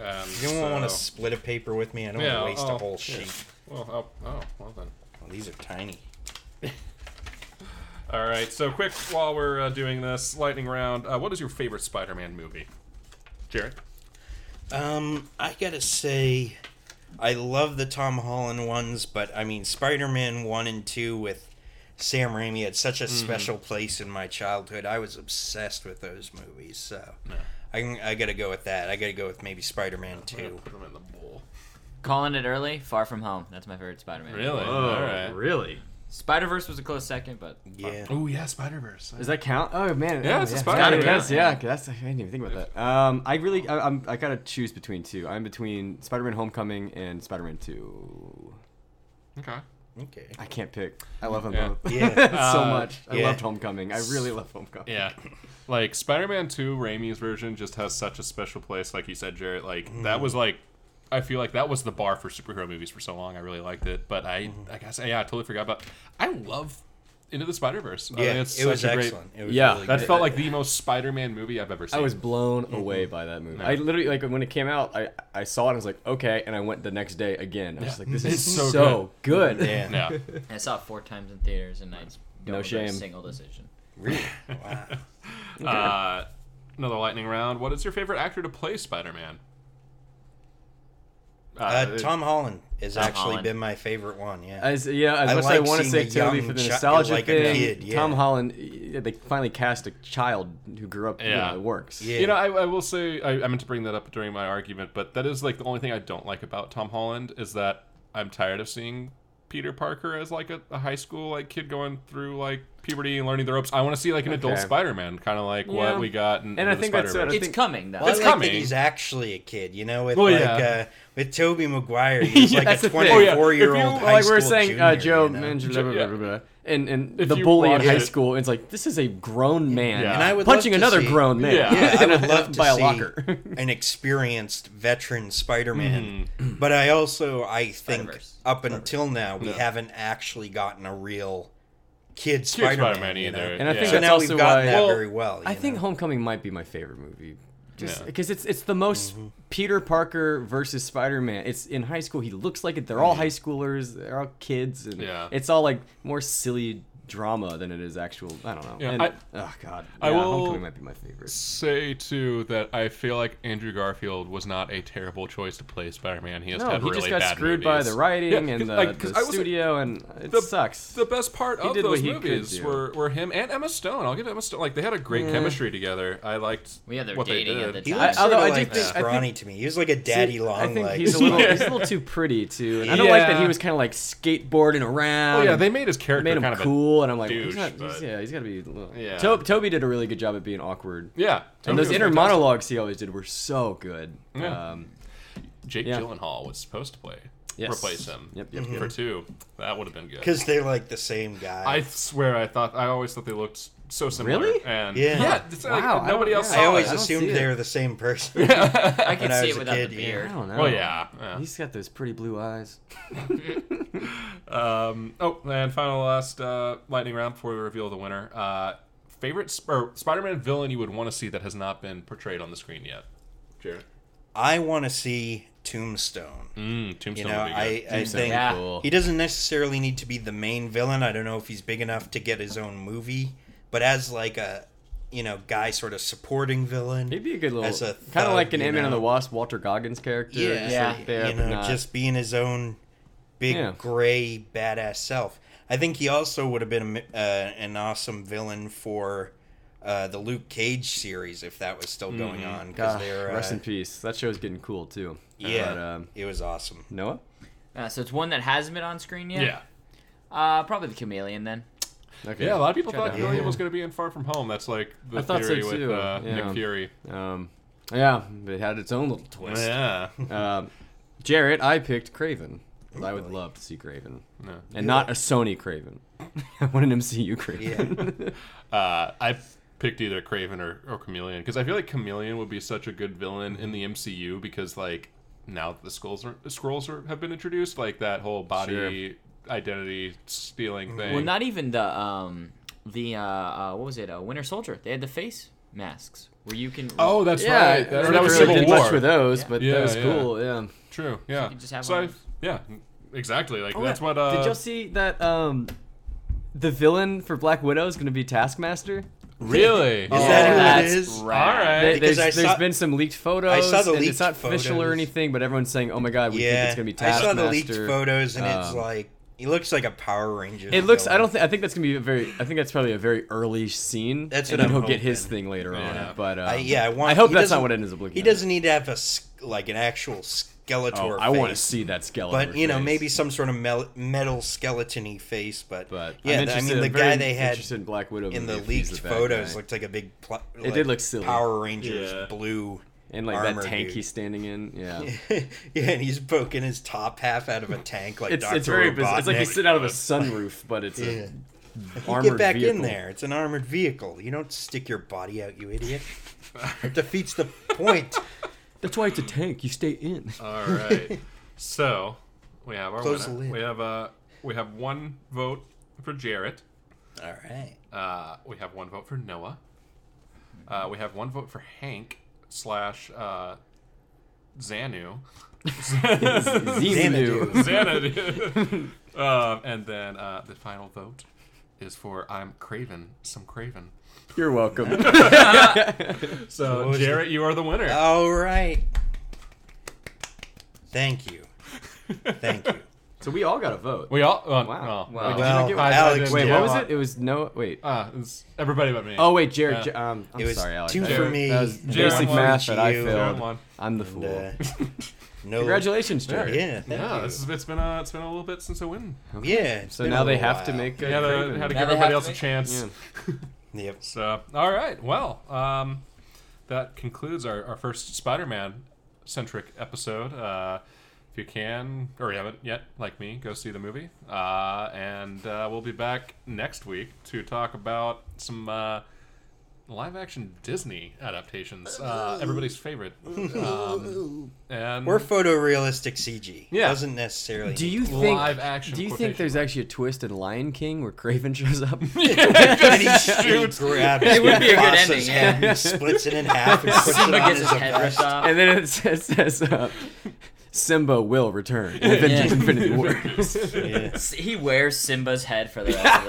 B: um,
A: you don't want to
B: so-
A: split a paper with me. I don't
B: Yeah,
A: want to waste
B: oh,
A: a whole
B: yeah.
A: sheet.
B: Well, oh, oh, well then.
A: Well, these are tiny.
B: All right. So, quick, while we're uh, doing this lightning round, uh, what is your favorite Spider-Man movie, Jared?
A: Um, I gotta say, I love the Tom Holland ones, but I mean, Spider Man 1 and 2 with Sam Raimi had such a special place in my childhood. I was obsessed with those movies, so I, can- I gotta go with that. I gotta go with maybe Spider Man 2.
B: Put them in the bowl.
D: Calling it early, Far From Home. That's my favorite Spider-Man.
B: Really? all right.
C: really?
D: Spider-Verse was a close second, but
A: Yeah.
B: Oh yeah, Spider Verse.
C: Does that count? Oh man,
B: Yeah,
C: oh,
B: it's a
C: yeah.
B: spider,
C: Gotta
B: yeah.
C: guess, yeah, 'cause that's I didn't even think about that. Um, I really, I, I'm, I gotta choose between two. I'm between Spider-Man: Homecoming and Spider-Man Two.
B: Okay.
A: Okay.
C: I can't pick. I love them
B: Yeah.
C: both
A: Yeah.
C: so
B: Uh,
C: much. I
A: yeah.
C: loved Homecoming. I really love Homecoming.
B: Yeah. Like Spider Man Two, Raimi's version just has such a special place. Like you said, Jared. Like that
A: Mm.
B: was like. I feel like that was the bar for superhero movies for so long. I really liked it, but I,
A: Mm-hmm.
B: I guess, yeah, I totally forgot about. I love Into the Spider Verse. I mean,
A: Yeah,
B: it's
A: it was
B: such a great-
A: excellent. It was
C: Yeah,
A: really
B: That
A: good.
B: felt like the most Spider-Man movie I've ever seen.
C: I was blown away by that movie. I literally like when it came out. I I saw it. and I was like, okay, and I went the next day again. I was just like, this is
B: It's
C: so,
B: so
C: good.
A: Yeah.
B: yeah.
D: I saw it four times in theaters, and I don't regret
C: shame.
D: a single decision.
A: Really? Wow.
B: Uh, another lightning round. What is your favorite actor to play Spider-Man? Uh,
A: Uh, Tom Holland has
D: Tom
A: actually
D: Holland.
A: been my favorite one, yeah.
C: As yeah, as
A: I
C: much
A: like
C: as I want to
A: seeing
C: say
A: a
C: Toby
A: young
C: for the
A: chi-
C: nostalgia
A: like a
C: thing,
A: kid, yeah.
C: Tom Holland, yeah, they finally cast a child who grew up. Yeah,
B: Yeah.
C: it works.
A: Yeah.
B: You know, I, I will say I, I meant to bring that up during my argument, but that is like the only thing I don't like about Tom Holland is that I'm tired of seeing Peter Parker as like a, a high school like kid going through like puberty and learning the ropes. I want to see like an adult
C: Okay.
B: Spider-Man, kind of like
C: Yeah.
B: what we got in,
C: And I
B: Into the
C: think that's
B: Spider-Verse.
C: what I
D: It's
C: think-
D: coming though.
A: Well,
B: It's
A: I like that
B: coming.
A: he's actually a kid, you know, with
B: Well,
A: like
B: yeah.
A: uh, with Toby Maguire, he's
C: Yeah,
A: like
C: that's
A: a
C: the thing.
A: twenty
B: Oh, yeah. If
A: four year
B: you-
A: old
B: like
A: high
C: like we
A: school
C: were saying,
A: junior,
C: uh, Joe
A: you know?
C: Mangel-
B: Joe-
C: blah,
B: yeah.
C: blah, blah, blah. and and
B: If
C: the
B: you
C: bully in
B: watch
C: high
B: it-
C: school. It's like this is a grown man
B: Yeah.
A: And I would love
C: punching
A: to
C: another
A: see-
C: grown man.
B: Yeah.
A: yeah, I would love to
C: by a
A: see
C: locker.
A: an experienced veteran Spider-Man.
C: Mm-hmm.
A: But I also, I think,
D: Spider-Verse.
A: up until now, we
B: Yeah.
A: haven't actually gotten a real kid
B: Spider-Man
A: Spider-Man, you
B: either.
A: know?
C: And I
B: Yeah.
C: think
A: so
C: that's
A: now we've
C: also
A: gotten
C: why
A: that
B: Well,
A: very well.
C: I
A: you
C: think
A: know?
C: Homecoming might be my favorite movie. Just
B: Yeah. Mm-hmm.
C: because it's it's the most Peter Parker versus Spider Man. It's in high school. He looks like it. They're all high schoolers. They're all kids, and
B: Yeah.
C: it's all like more silly drama than it is actual. I don't know.
B: Yeah,
C: And-
B: I-
C: oh God,
B: I
C: Yeah,
B: will-
C: Homecoming might be my favorite.
B: Say too that I feel like Andrew Garfield was not a terrible choice to play Spider-Man. He has
C: No,
B: had
C: he
B: really
C: just got
B: bad
C: screwed
B: movies.
C: by the writing
B: Yeah,
C: and
B: 'cause-
C: the,
B: like, 'cause I
C: the
B: wasn't-
C: studio, and it
B: the-
C: sucks.
B: The best part of
C: did what
B: those
C: he could
B: movies
C: do.
B: were, were him and Emma Stone. I'll give Emma Stone like they had a great chemistry together. I liked
D: Well, yeah, they were
B: what
D: dating
B: they
D: at
B: did.
D: the
A: He
D: I-
A: looks sort
C: although
A: of
C: I do
A: like
C: think- I think-
A: scrawny to me. He was like a daddy
C: See, I
A: long
C: think
A: legs.
C: he's a little, he's a little too pretty too, and I don't like that
B: Yeah.
C: he was kind of like skateboarding around.
B: Oh yeah,
C: and
B: they made his character
C: made him
B: kind of a,
C: cool, and I'm like,
B: douche,
C: he's not, he's-
B: but-
C: yeah, he's got to be. a little-
B: Yeah.
C: To- Toby did a really good job at being awkward.
B: yeah.
C: and those
B: Totally
C: inner
B: fantastic.
C: monologues he always did were so good.
B: Yeah.
C: Um,
B: Jake
C: yeah.
B: Gyllenhaal was supposed to play
C: Yes.
B: replace him.
C: Yep, Mm-hmm. yep, yep.
B: For two, that would have been good.
A: because they're like the same guy.
B: I swear, I thought I always thought they looked so similar.
C: Really?
B: And
A: Yeah.
B: yeah it's like
C: Wow, I
B: nobody
C: don't-
B: else
C: yeah.
A: I
B: saw
A: always
B: it.
C: don't ass-
A: assumed
C: see it.
A: they were the same person.
D: I can
A: I
D: see
A: was
D: it
A: a
D: without
A: kid,
D: the
A: yeah.
C: I
D: beard.
C: don't know.
B: Well, yeah. yeah.
C: He's got those pretty blue eyes.
B: Um, oh, and final last uh, lightning round before we reveal the winner. Uh, favorite sp- or Spider-Man villain you would want to see that has not been portrayed on the screen yet? Jared.
A: I want to see Tombstone.
B: Mm, Tombstone.
A: You know,
B: would be good.
A: I, I
C: Tombstone would be
A: think
D: Yeah.
C: cool.
A: he doesn't necessarily need to be the main villain. I don't know if he's big enough to get his own movie, but as like a you know guy sort of supporting villain,
C: He'd be a good little,
A: As a
C: kind of
A: thug,
C: like an
A: you
C: Ant-Man and
A: know.
C: the Wasp, Walter Goggins character.
A: yeah,
C: just
D: Yeah.
C: like there,
A: you
C: but
A: know,
C: not-
A: just being his own big
C: Yeah.
A: gray badass self. I think he also would have been uh, an awesome villain for uh, the Luke Cage series if that was still going on because
C: Ah,
A: they're uh,
C: rest in peace. That show's getting cool too.
A: yeah,
C: But, um,
A: it was awesome.
C: Noah.
D: Uh, so it's one that hasn't been on screen yet.
B: yeah.
D: Uh, probably the chameleon then.
C: Okay.
B: Yeah, a lot of people
C: Check
B: thought
C: that
B: Gillian
A: out.
B: was going to be in Far From Home. That's like the
C: I thought so,
B: theory with
C: too.
B: uh,
C: Yeah.
B: Nick Fury.
C: Um, yeah, it had its own little twist.
B: Yeah.
C: Um, Jarrett, I picked Craven. 'cause I would love to see Craven,
B: No.
C: and not a Sony Craven. I want an MCU Craven.
A: Yeah,
B: Uh, I've picked either Craven or, or Chameleon because I feel like Chameleon would be such a good villain in the MCU because like now that the scrolls are, the scrolls are, have been introduced, like that whole body identity stealing thing.
D: Well, not even the um the uh, uh what was it? Uh, Winter Soldier. They had the face masks where you can.
B: oh, that's right. That,
C: I
B: that
C: never
B: was
C: really
B: Civil
C: did
B: War.
C: much with those,
D: Yeah.
C: but
B: Yeah,
C: that was
B: yeah.
C: cool. Yeah.
B: True. Yeah.
D: could just have
B: so
D: one
B: I,
D: of those.
B: yeah, exactly. Like
A: Oh,
B: that's what. Uh,
C: Did y'all see that? Um, the villain for Black Widow is going to be Taskmaster.
B: really?
A: Is that who it
D: Oh, that's
A: is?
B: All right.
C: They,
A: Because
C: there's,
A: I
C: there's
A: saw-
C: been some leaked photos.
A: I saw the
C: and It's
A: leaked
C: not official or
A: photos.
C: anything, but everyone's saying, "Oh my God, we think
A: yeah.
C: it's going to be
A: I
C: Taskmaster."
A: saw the leaked photos, and it's
C: Um,
A: like he looks like a Power Ranger.
C: It looks. I
A: villain.
C: don't think. I think that's gonna be a very. I think that's probably a very early scene.
A: That's
C: and
A: what
C: then he'll
A: I'm
C: get his
A: hoping.
C: thing later
B: Yeah.
C: on. But um,
A: I, yeah, I want.
C: hope
A: he
C: that's not
A: doesn't-
C: what it ends up looking.
A: He
C: like.
A: doesn't need to have a s- like an actual Skeletor.
C: Oh, I want to
A: face,
C: see that skeleton.
A: but you know maybe some sort of mel- metal skeleton-y face. But,
C: But I'm
A: yeah, th- I
C: interested-
A: mean the
C: I'm very
A: guy they had
C: interested in Black Widow
A: in the
C: movie if he's
A: leaked
C: bad
A: photos
C: guy.
A: looked like a big. Pl-
C: It did look silly.
A: Power Rangers
B: Yeah.
A: blue.
C: and like that
A: armor
C: tank
A: dude.
C: he's standing in. Yeah,
A: yeah, and he's poking his top half out of a tank like
C: it's
A: Doctor
C: it's very bizarre.
A: Robotnik.
C: It's like he's sitting out of a sunroof, but it's
A: Yeah.
C: a
A: You
C: armored
A: get back in
C: vehicle.
A: there. It's an armored vehicle. You don't stick your body out, you idiot. It defeats the point.
C: That's why it's a tank. You stay in.
B: All right. so we have our
A: Close the
B: winner.
A: lid.
B: We have uh, we have one vote for Jarrett.
A: All right.
B: Uh, we have one vote for Noah. Uh, we have one vote for Hank slash uh, Zanu.
A: Oh,
C: Xanadu.
B: Xanadu. um, and then uh, the final vote is for I'm Craven, some Craven.
C: You're welcome.
B: So
A: was
B: Jarrett, you are the winner.
A: All right. Thank you. Thank you.
C: so we all got a vote.
B: we all. Uh,
C: Wow.
B: wow.
D: Wow. Did you
A: Well,
C: get-
A: Alex,
B: I
C: Wait,
B: did.
A: yeah.
C: what was it? It was no. Wait.
B: Uh, it's everybody but me.
C: Oh wait, Jared.
B: Yeah.
C: J- um, I'm
A: It was
C: sorry, Alex.
A: two
C: I-
A: for me.
C: That was
A: and
B: Jared
C: basic
B: won.
C: math that I
A: Jared
B: Jared
C: failed.
B: won.
C: I'm the
A: And, uh,
C: fool.
A: no,
C: Congratulations, Jared.
A: Yeah, thank
B: Yeah,
A: you.
B: this has, it's been a it's been a little bit since I win.
A: yeah. it's
C: So
A: been
C: now
A: a
C: they
A: little
C: have to
A: while.
C: make a
B: Yeah, to,
C: Kraven.
B: had to
D: Now
B: give
D: they have
B: everybody
D: to
B: else a
D: make-
B: chance.
C: Yeah.
A: Yep.
B: So, all right. Well, um, that concludes our, our first Spider Man centric episode. Uh, if you can, or you haven't yet, like me, go see the movie. Uh, and uh, we'll be back next week to talk about some uh, live action Disney adaptations. Uh, everybody's favorite. Um, and
A: Or photorealistic CG.
B: Yeah.
A: Doesn't necessarily.
C: Do
A: need-
C: you think?
B: Live action
C: do you
B: quotation
C: think there's actually a twist in Lion King where Craven shows up?
A: And he shoots- grabs it
D: would be a good ending, yeah.
A: Head and splits it in half and puts it
D: Simba
A: on
D: gets
A: his
D: his head ripped
A: vest.
D: off.
C: and then it says, says uh, Simba will return in Avengers
D: Yeah.
C: Infinity Wars.
A: Yeah.
D: He wears Simba's head for the rest of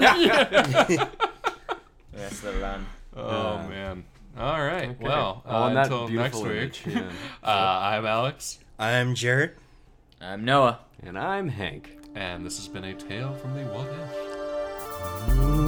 D: the, the rest of the run.
B: Oh man. All right. Well, uh,
C: On that
B: until next
C: beautiful
B: week,
C: image, yeah.
B: uh, I'm Alex,
A: I'm Jarrett.
D: I'm Um, Noah.
C: And I'm Hank.
B: and this has been a tale from the What If.
A: Ooh.